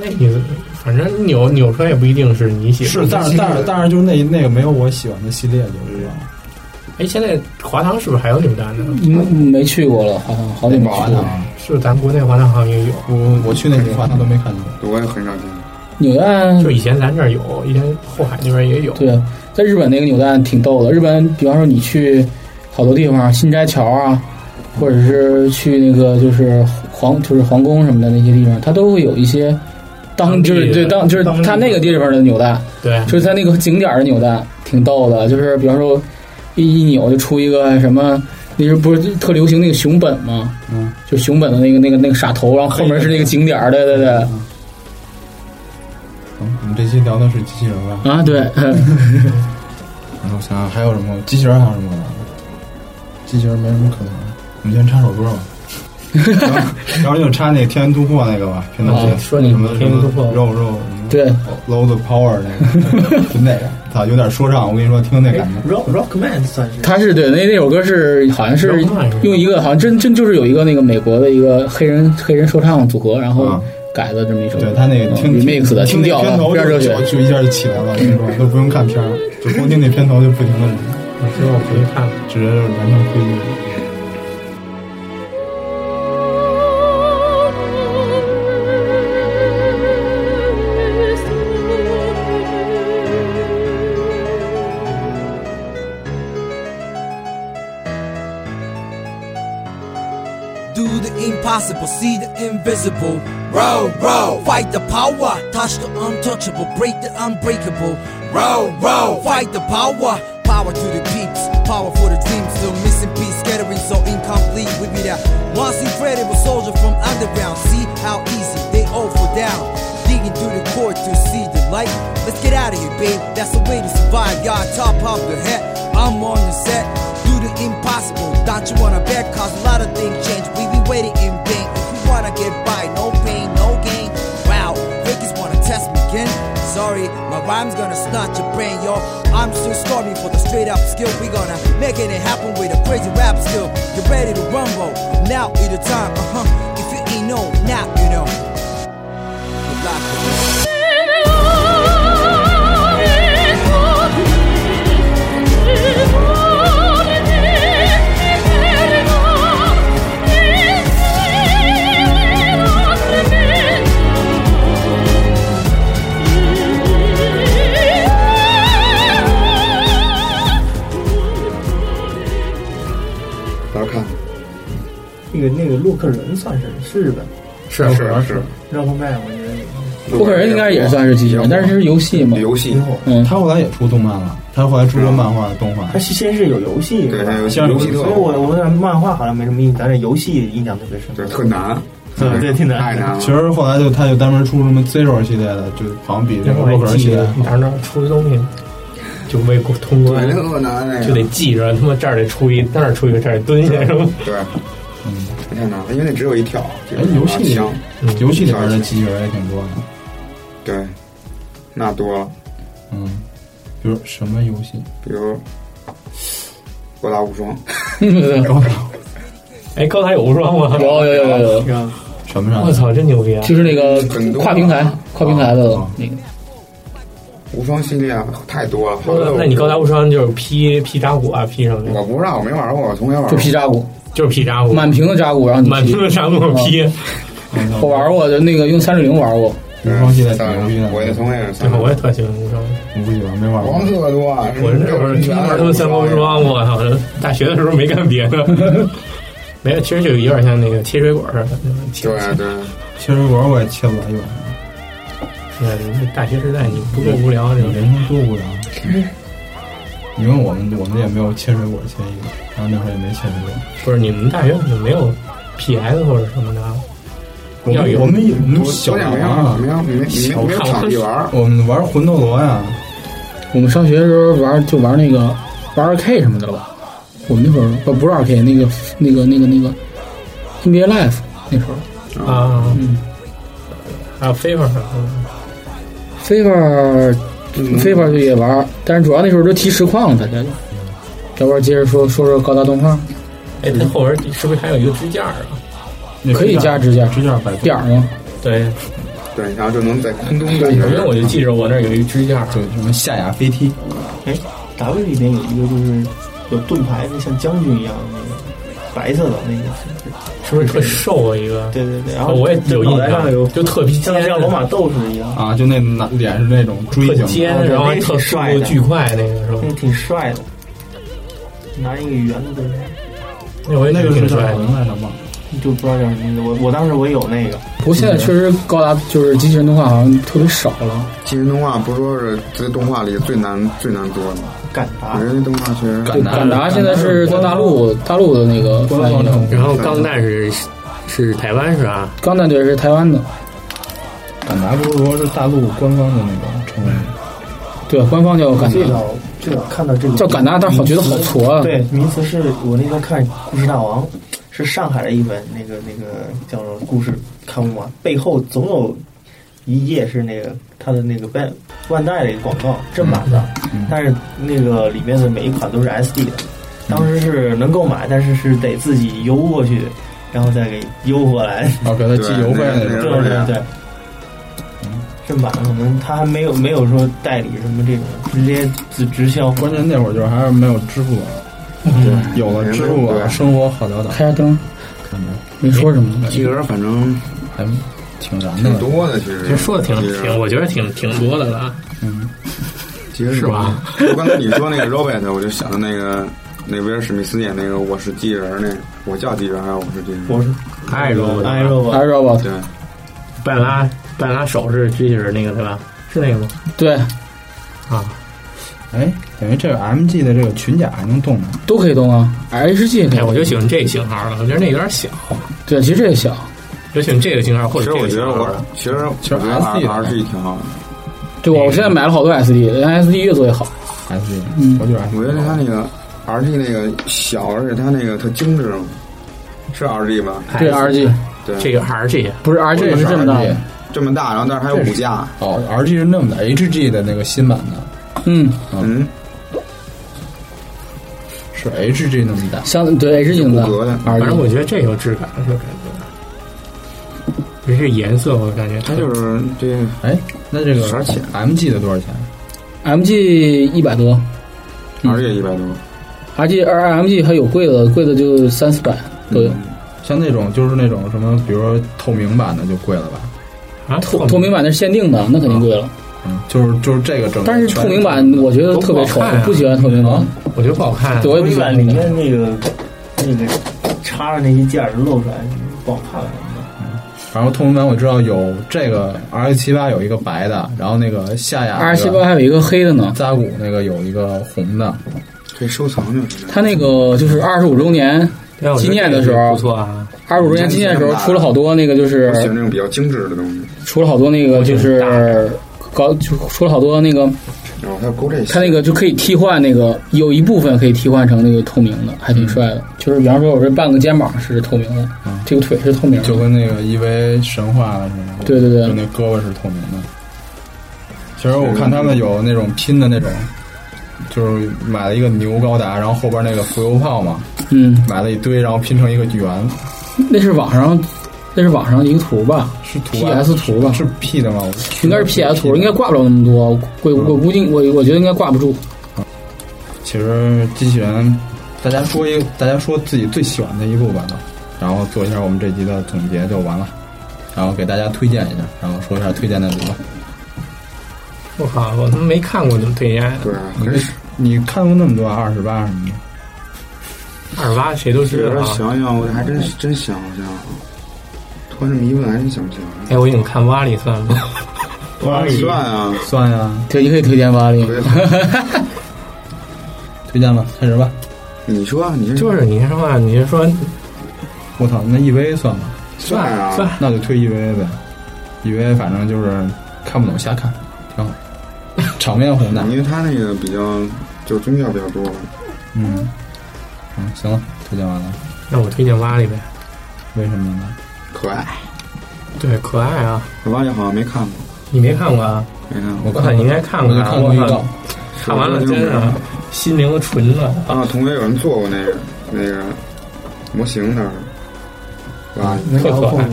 C: 那你反正扭扭出来也不一定是你喜
B: 是
C: 欢，的。，
B: 但是但
C: <laughs>
B: 是但是就是那那个没有我喜欢的系列，就是这样
C: 哎，现在华堂是不是还有扭蛋呢？
E: 嗯没去过了，好像好久没
D: 那保
E: 去
D: 安
E: 过
D: 呢
E: 了。
B: 嗯
C: 是不是咱国内华堂好像也有？
B: 我我去那几款他都没看见。
D: 我也很少见。
E: 扭蛋
C: 就以前咱这儿有，以前后海那边也有。
E: 对，在日本那个扭蛋挺逗的。日本，比方说你去好多地方，新斋桥啊，或者是去那个就是皇就是皇宫什么的那些地方，它都会有一些当
C: 当地
E: 就是对
C: 的
E: 当就是
C: 当地
E: 它那个地方的扭蛋，
C: 对，啊
E: 就是它那个景点儿的扭蛋挺逗的。就是比方说一一扭就出一个什么。那时候不是特流行那个熊本吗？
B: 嗯，
E: 就熊本的那个那个那个傻头，然后后面是那个景点儿，对对对，
B: 嗯，我们这期聊的是机器人吧？
E: 啊对， <laughs>
C: 嗯
B: 然后我想想还有什么机器人还有什么玩的？机器人没什么可聊的，我们先插首歌
C: <laughs>
B: 吧。然后然后就插那个天元突破那个吧，片头曲
E: 啊
C: 说你
B: 什么
C: 天元突破
B: 肉肉
E: 对，
B: low the power 那个，
C: <laughs>
B: 就那个，操，有点说唱，我跟你说，听那感觉。
F: Rock Rockman 算是，
E: 他是对那那首歌是好像是用一个好像真真就是有一个那个美国的一个黑人黑人说唱组合，然后
B: 啊
E: 改的这么一首歌。
B: 对他那个听、
E: 嗯 remix 的，
B: 听
E: 听
B: 那
E: 调
B: 片
E: 的，
B: 头
E: 非常热
B: 就
E: 血。
B: 就就一下就起来了，我跟你说都不用看片儿，就光听那片头就不停的，
C: 我之后回去看看。
B: 直接就完成规律。
K: Do the impossible, see the invisible. Row, row, fight the power. Touch the untouchable, break the unbreakable. Row, row, fight the power. Power to the peeps, power for the dreams. Still missing piece, scattering so incomplete. We be that once incredible soldier from underground. See how easy they all fall down. Digging through the core to see the light. Let's get out of here, babe. That's the way to survive. Y'all top off the head. I'm on the set do the impossible. Don't you wanna bet? Cause a lot of things change. We be waiting in vain. If we wanna get by, no pain, no gain. Wow, fakers wanna test me again. Sorry, my rhyme's gonna snot your brain, yo. I'm still storming for the straight up skill. We gonna make it happen with a crazy rap skill. You ready to rumble? Now is the time, uh huh. If you ain't know, now you know. Good luck.
A: Thank you.
F: 那个那个洛克人算是是日本的，
C: 是是
D: 是，啊
F: 绕不麦我觉得
E: 洛克人应该也算是机器人，但是这是游戏嘛？
D: 游戏，
E: 嗯， <laughs>
B: 他后来也出动漫了，他后来出过漫画、动画
F: 他。是先是有游戏，
D: 对它有
F: 像
D: 游戏特
F: 所以我我对漫画好像没什么印象，但是游戏印象特别深，嗯
D: 对，特难，
F: 对对，挺难，
D: 太难了
B: 其。实后来就他就单门出什么 Zero 系列的，就好像比这个洛克人系
C: 记
B: 列
C: 得哪儿哪儿出的东西，就为过通
D: 对，
C: 关
D: 特难那个，
C: 就得记着，他妈这儿得出一，那儿出一个，这儿蹲下是吧？
D: 对，嗯，太难了，因为那只有一条，
B: 哎，游戏里
D: 枪，
B: 游戏里边的机器人也挺多的，
D: 对，那多了，
B: 嗯，比如什么游戏？
D: 比如高达无双，
C: <laughs> 哎，高达有无双吗？
E: 有有有有有，
B: 什么上
C: 我
B: 的？
C: 操，真牛逼啊！
E: 就是那个
D: 很多
E: 跨平台、跨平台的那个。
D: 无双系列太多了，好多
C: 那你高达无双就是劈劈扎古啊，劈上去
D: 我不知道，我没玩过，我从小玩
E: 就劈扎古，
C: 就是劈扎古，
E: 满屏的扎古，然后你
C: 满
E: 劈
C: 屏的扎古
E: 啊
C: 劈。
E: 我玩过，就那个用三六零玩过，
B: 无双系列挺牛逼的，
D: 我也从那
C: 对，我
D: 个
C: 也特喜欢无双。
B: 我不喜欢，没玩过
D: 王。特多，啊
C: 我
D: 嗯
C: 那会儿专门他们三国无双，我操！啊大学的时候没干别的，没有，其实就有点像那个切水果似的。切
D: 对对，
B: 切水果我也切不来一碗，
C: 嗯，大学时代你不够无聊，这
B: 你人生多无聊。你问我们，我们也没有切水果切一个，然后那会儿也没切水果。
C: 不是你们大学怎么没有 PS 或者什么的？啊
B: 我
C: 要
B: 们
C: 有
B: 我们我们
D: 我
B: 小
D: 没
B: 啊
D: 有，没有没没没有场地玩，
B: 我们玩魂斗罗呀，
E: 我们上学的时候玩就玩那个玩二 K 什么的了吧？我们那会儿不不是二 K，那个那个那个那个 NBA Live 那时候
C: 啊，还有 Favor，
E: ，FIFA
C: 嗯
E: FIFA 就也玩，但是主要那时候都提实况，大家就。要不然接着说说说高达动画，
C: 哎，它后边是不是还有一个支架啊？
E: 可以加支架
B: 支架摆
E: 点儿吗？
C: 对，
D: 对，然后就能在空中感
C: 反正
D: 觉
C: 我就记着我那儿有一支架，
B: 对什么夏亚飞踢，
F: 哎，W 里边有一个就是有盾牌，那像将军一样的那个白色的那个，
C: 是不是特瘦啊？一个，
F: 对对对，然
C: 然
F: 后
C: 后我也有
F: 脑
C: 印
F: 袋上有
C: 象，就特别
F: 像
C: 尖，
F: 像罗马斗士一样，
B: 啊，就那那脸是那种锥
C: 特
B: 形的，
C: 尖，然后还特速度巨快那个是吧
F: 那？个挺帅的，拿一个圆的盾牌，
C: 那回
B: 那个
C: 个
B: 是
C: 挺
B: 叫
C: 帅
B: 什
C: 的。
B: 么来着忘了
F: 就不知道叫什么名字。我我当时我有那个，
E: 不过现在确实高达就是机器人动画好像特别少了，
D: 其实动画不说是这动画里最难最难做的，
F: 敢
D: 我
F: 达
D: 觉，得那动画其实
E: 对，
B: 达
E: 敢达现在是在大陆大陆的那个
B: 官
E: 翻
B: 方
E: 译
B: 称
E: 的，
B: 呼
C: 然后钢弹是是台湾是吧？
E: 钢弹队是台湾的，
B: 敢达不是说是大陆官方的那个称呼，
E: 对，官方叫敢
F: 最
E: 达，
F: 早最早看到这个
E: 叫敢达，但是好觉得好挫啊。
F: 对，名词是我那天看《故事大王》，是上海的一本那个那个叫什么故事刊物嘛，背后总有一页是那个它的那个万万代的一个广告正版的，
E: 嗯
F: 但是那个里面的每一款都是 SD 的，当时是能购买，但是是得自己邮过去，然后再给邮回来。
B: 啊，给他寄邮费
D: 对
B: 那
D: 那
B: 种。
D: 个
F: 对 <laughs> 对对。正版的可能他还没有没有说代理什么这种，直接直直销。
B: 关键那会儿就是还是没有支付宝，对，有了支付宝，
D: 对
B: 生活好了点，
E: 开下灯，
B: 感觉
E: 没说什么。
D: 其实反正
B: 还挺燃
D: 挺
B: 的。
D: 多的，其实
C: 嗯其实说的挺
D: 啊
C: 挺，我觉得挺挺多的了啊。
D: 其实
C: 是吧？
D: 就刚才你说那个 Robert，我就想到那个那威尔史密斯演那个《我是机器人》那个，我叫机器人还是我是机器人？
F: 我是
C: 艾罗，
F: 艾瑞吧，
E: I Robot，
D: 对，
C: 半拉半拉手是机器人那个对吧？是那个吗？
E: 对，
C: 啊，
B: 哎，等于这个 MG 的这个群甲还能动呢，
E: 都可以动啊。HG 也可以
C: 哎，我
E: 动
C: 就喜欢这个型号了，我觉得那有点小，
E: 对，其实这也小，
C: 就喜欢这个型号或
D: 其
C: 者
D: 实
C: 这
D: 我
C: 个
D: 觉
C: 型
D: 得
C: 号
D: 我
C: 的。
D: 其实我
B: 其实
D: 觉得
B: SD 的
D: R G 挺好的，
E: 对我我现在买了好多 SD，人家 SD 越做越好。
B: 还是
E: 嗯
B: 我觉得还是
D: 我觉得它那个 R G 那个小，而且它那个特精致，是 R G 吧？
E: 对 RG
D: 对，
C: 这个 RG
E: 不是 RG 是这么大
B: RG
E: 的，
D: 这么大，然后但是还有骨架，
B: 哦，RG 是那么大，HG 的那个新版的
E: 嗯，
D: 嗯，
B: 是 HG 那么大，
E: 相对 HG 那么
D: 骨骼的
E: 大
C: 反正
E: ，RG
C: 我觉得这有质感，有感觉。尤其是颜色，我感觉
D: 它就是这个
B: 哎，那这个
D: 多少钱
B: MG 的多少钱？
E: MG 一百多
D: R G 一百多，
E: ，RG 二 MG 还有贵的，贵的就三四百都有。
B: 像那种就是那种什么，比如说透明版的就贵了吧？
C: 啊，透
E: 透明版那是限定的，那肯定贵了。
B: 嗯，就是就是这个整个
E: 但
B: 全，
E: 是透明版我觉得特别丑
C: 都不好看，啊
E: 不喜欢透明版
B: 啊，
C: 我觉得不好看。
E: 对我也不
F: 微
E: 喜欢透
F: 软里
E: 明版。
F: 面那个那个插上那些件儿露出来，不好看了。
B: 然后通文版我知道有这个 R 七八有一个白的，然后那个夏雅
E: R 七八还有一个黑的呢，
B: 扎古那个有一个红的，
D: 可以收藏去。
E: 他那个就是二十五周年纪念的时候，
C: 不错啊。
E: 二十五周年纪念的时候出了好多那个就是
D: 我喜欢那种比较精致的东西。
E: 出了好多那个就是搞就出了好多那个，
D: 然后还有勾这些，
E: 它那个就可以替换那个有一部分可以替换成那个透明的，还
C: 嗯
E: 挺帅的。就是比方说我这半个肩膀是透明的，这个腿是透明的，
B: 就跟那个 EV 神话似的。
E: 对对对
B: 就那胳膊是透明的。其实我看他们有那种拼的那种，就是买了一个牛高达，然后后边那个浮游炮嘛，
E: 嗯，
B: 买了一堆，然后拼成一个圆，
E: 那是网上那是网上一个图吧？
B: 是图啊
E: PS 图吧？
B: 是 P 的吗？
E: 应该是 PS 图，应该挂不了那么多。我我估计我我觉得应该挂不住。
B: 其实机器人，大家说一，大家说自己最喜欢的一部吧，然后做一下我们这集的总结就完了，然后给大家推荐一下，然后说一下推荐的什么。
C: 我靠，啊我他妈没看过怎么推荐？
D: 对，啊
B: 你你看过那么多啊二十八什么的？
C: 二八谁都知道啊。
D: 想想，我还真真想想，突然这么一问，还真想不起来。
C: 哎，我给你们看蛙里算吗？
D: 哇，
C: 哎
D: 算啊，
B: 算呀，
E: 对，你可以推荐吧，里。
C: <laughs>
B: 推荐吧，开始吧。
D: 你说，啊你
C: 就是你说嘛，你说
B: 我操，那 EVA 算吗？
D: 算啊，
C: 算
B: 那就推 EVA 呗，EVA 反正就是看不懂瞎看，挺好，场面宏大。 <laughs>
D: 因为他那个比较就是宗教比较多。
B: 嗯，嗯，行了，推荐完了，
C: 那我推荐蛙里呗，
B: 为什么呢？
D: 可爱，
C: 对，可爱啊，
D: 蛙里好像没看过，
C: 你没看过啊？
D: 没看
B: 我
D: 过。
C: 我操，你应该看过
B: 我就
C: 啊！
B: 看过
C: 我
B: 预
C: 操
B: 告，
C: 看完了真是心灵都纯了。
D: 啊，同学有人做过那个那个模型那儿，蛙
F: 嗯
D: 里
C: 特可爱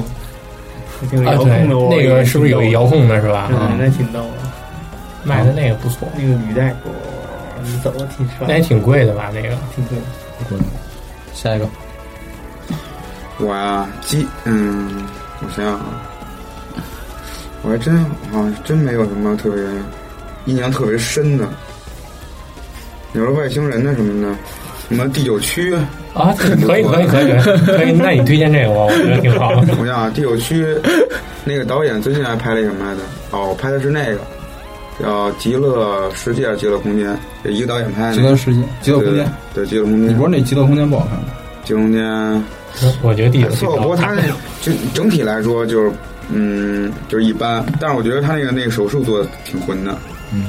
F: 这个
C: 啊！
F: 遥
C: 对
F: 控的，我
C: 那个是不是有一遥控啊的，是吧？
F: 嗯，那挺逗的，
C: 卖的那个不错，
F: 那个履带，我你走挺帅
C: 那，也挺贵的吧？那个
F: 挺对。
B: 滚，下一个，
D: 我呀，鸡，嗯，我想想啊，我还真好像真没有什么特别印象特别深的。你说外星人的什么的，什么第九区，
C: <laughs> 啊，可以可以可以可以，那你推荐这个我我觉得挺 <laughs> 好。
D: 我想啊，第九区那个导演最近还拍了一个什么来着？哦，拍的是那个叫《极乐世界》《极乐空间》，这一个导演拍的。
B: 极乐世界，极乐空间。
D: 对，对《极乐空间》。
B: 你不是那极乐空间不好看吗？
D: 极乐空间？
C: 我觉得第
D: 也
C: 九
D: 不
C: 区
D: 错，不过他那就整体来说就是，嗯，就是一般。但是我觉得他那个那个手术做的挺浑的，
B: 嗯，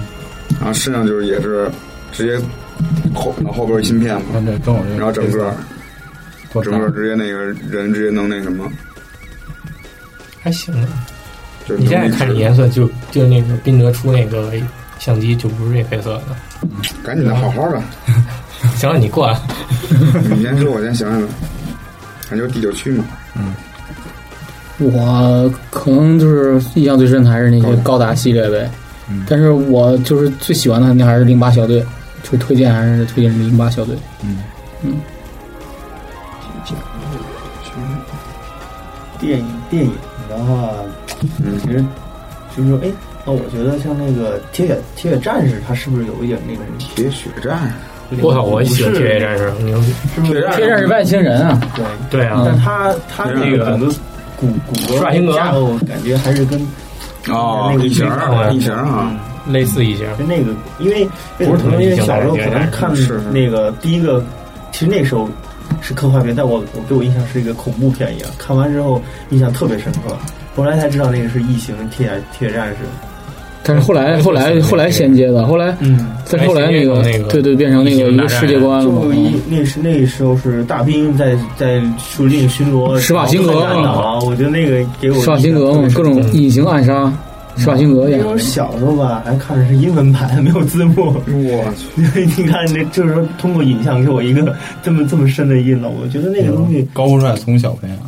D: 然后身上就是也是直接后然后后边有芯片嘛，
B: 看这跟我这，
D: 然后整个
B: 多
D: 整个直接那个人直接能那什么，
C: 还行啊。
D: 就是
C: 你现在
D: 能
C: 看
D: 移植
C: 颜色就就那个宾得出那个相机就不是这配色的。
D: 赶紧的，好好的。
C: 行了，你过来。
D: 你先说，我先想想。反正就是第九区嘛，
E: 我可能就是印象最深的还是那些高达系列呗，但是我就是最喜欢的肯定还是零八小队，就是推荐还是推荐零八小队。
F: 电影电影的话，
D: 嗯
F: 其实就是说，哎，那我觉得像那个铁血铁血战士，他是不是有一点那种？
D: 铁血战，
C: 我操，我喜欢铁血战士，牛逼。
F: 是不是？
C: 嗯
E: 贴战是外星人啊，
F: 对，
C: 对
F: 但
C: 啊，
F: 他他那个整个骨骨骼
C: 刷新格啊
F: 架构感觉还是跟
D: 哦，异形
C: 看过呀
D: 儿，异形儿啊，
C: 类似一些。
F: 跟那个，因为为什
C: 不是
F: 么？
C: 同一
F: 因为
C: 型
F: 小时候
C: 的
F: 可能看
D: 是是
F: 那个第一个，其实那时候是科幻片，但我我给我印象是一个恐怖片一样，看完之后印象特别深刻。后来才知道那个是异形铁铁战士，
E: 但是后来后来后来衔接的，后来
F: 嗯，
E: 再后来那个
C: 那个
E: 对对变成那个
C: 异形
E: 一
C: 大
E: 个
C: 战
E: 世界观了嘛
F: 就，一那是那时候是大兵在在树林巡逻，
E: 施瓦辛格
F: 然后打倒，我觉得那个给我
E: 施瓦辛嗯格嘛
F: 印象特别，深
E: 各种隐形暗杀，
C: 嗯
E: 施瓦辛格
F: 因
E: 演
F: 为
E: 的
F: 我。小时候吧，还看的是英文版，没有字幕。 <laughs>
D: 我去，
F: 你看，这就是说通过影像给我一个这么这么深的印了。我觉得那个东西
B: 高富帅从小培养。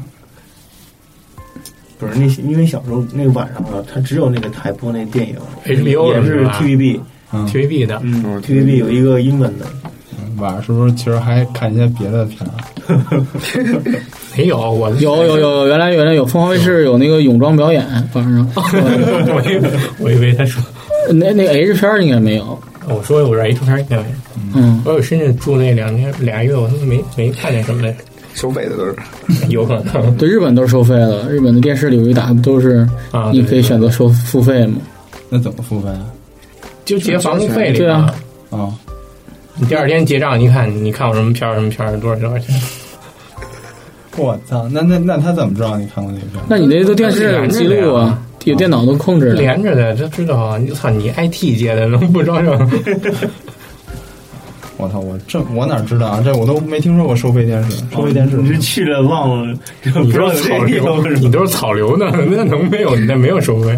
F: 不是那些，因为小时候那个晚上啊，它只有那个台播那电影
C: HBO
F: 也
C: 是
F: 是
C: 吧
F: TVB，
B: 嗯，
C: TVB 的，
F: 嗯
D: 哦
F: ，TVB 有一个英文 <laughs> 的，
B: 晚上是不是其实还看一些别的片儿？啊
C: 没有哎我
E: 有有有，原来原来有凤凰卫视有那个泳装表演，反正
C: <laughs> <laughs> 我以为我以为他说，哦
E: 呃那那个 H 片儿应该没有，
C: 我说我是 H 片儿，
E: 嗯，
C: 我有深圳住那两天俩月，我他妈没没看见什么来着。 <laughs>
D: 收费的都是。
C: 有可能。
E: 对，日本都是收费的，日本的电视里有一档不都是
C: 啊
E: 你可以选择收付费吗？
B: 那怎么付费啊？
C: 就结房务费里
E: 对啊
C: 嘛，
B: 啊，
C: 你第二天结账，你看你看过什么片儿，什么片儿多少多少钱？
B: 我操，那那那他怎么知道你看过那个片？
E: 那你那都电视有记录啊，有电脑都控制的。
C: 连着的，他知道啊！你操，你 IT 接的能不招正？
B: 我操，我这我哪知道啊？这我都没听说过收费电视，收费电视。
F: 你是去了忘了，不
C: 哦你
F: 知道
C: 都
F: 有
C: 是
F: 这
C: 草
F: 地
C: 流
F: 方是，
C: 你都是草流呢， <laughs> 那能没有？你那没有收费。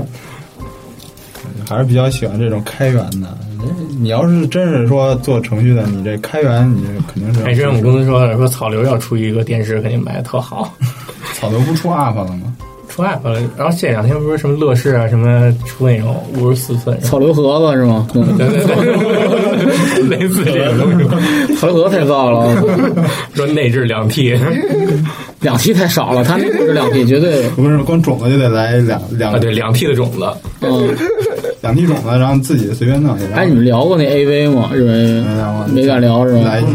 B: 还是比较喜欢这种开源的。你要是真是说做程序的，你这开源你肯定是
C: 还真我跟他说了，说草流要出一个电视，肯定卖的特好，
B: 草头不出 UP 了吗？
C: 出 app 了。然后这两天不是什么乐视啊，什么出那种五十四寸，
E: <laughs> 草榴盒子是吗？嗯
C: 对对对，类似这种东西，
E: <laughs> 草榴盒太糟了，啊
C: 说内置两 T，啊
E: 两 T 太少了，他那不是两 T，绝对
B: 不是，光种子就得来两两、
C: 啊，对，两 T 的种子，哦
E: 嗯。
B: 两地种子，然后自己随便弄一个。
E: 哎，你们聊过那 AV 吗？日本
B: 没聊过
E: AV 没敢聊是
B: 来
E: 吗？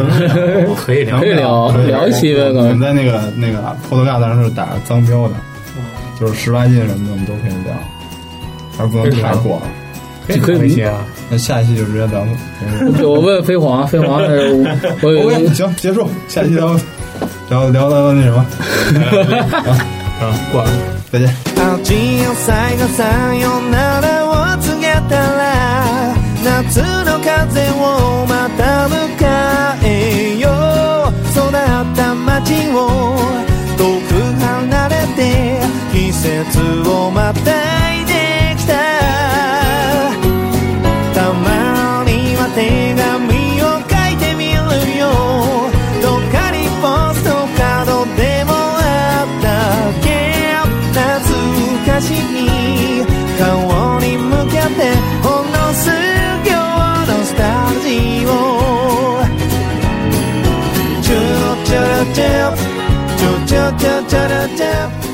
C: 可以聊
E: 可以聊聊一期呗，
B: 我
E: 可
B: 们
E: 能
B: 在那个那个 p o d c a 上是打脏标的，就是十八禁什么的，我们都可以聊，而不能太过。
E: 可以
C: 一些啊。
B: 那下一期就直接聊。
E: 对我问飞黄，飞黄是我有
B: OK，行，结束，下期聊聊聊到那什么，
C: 啊，过了。
B: 再见。
K: あじよさよさよならを告げたら夏の風をまた迎えよう育った街を遠く離れて季節をまたいできたたまには手紙を書いてみるよどっかにポストカードでもあったっけ懐かしい顔に向けてほんの数行のスタジオチューチュルチューチューチューチューチュルチュー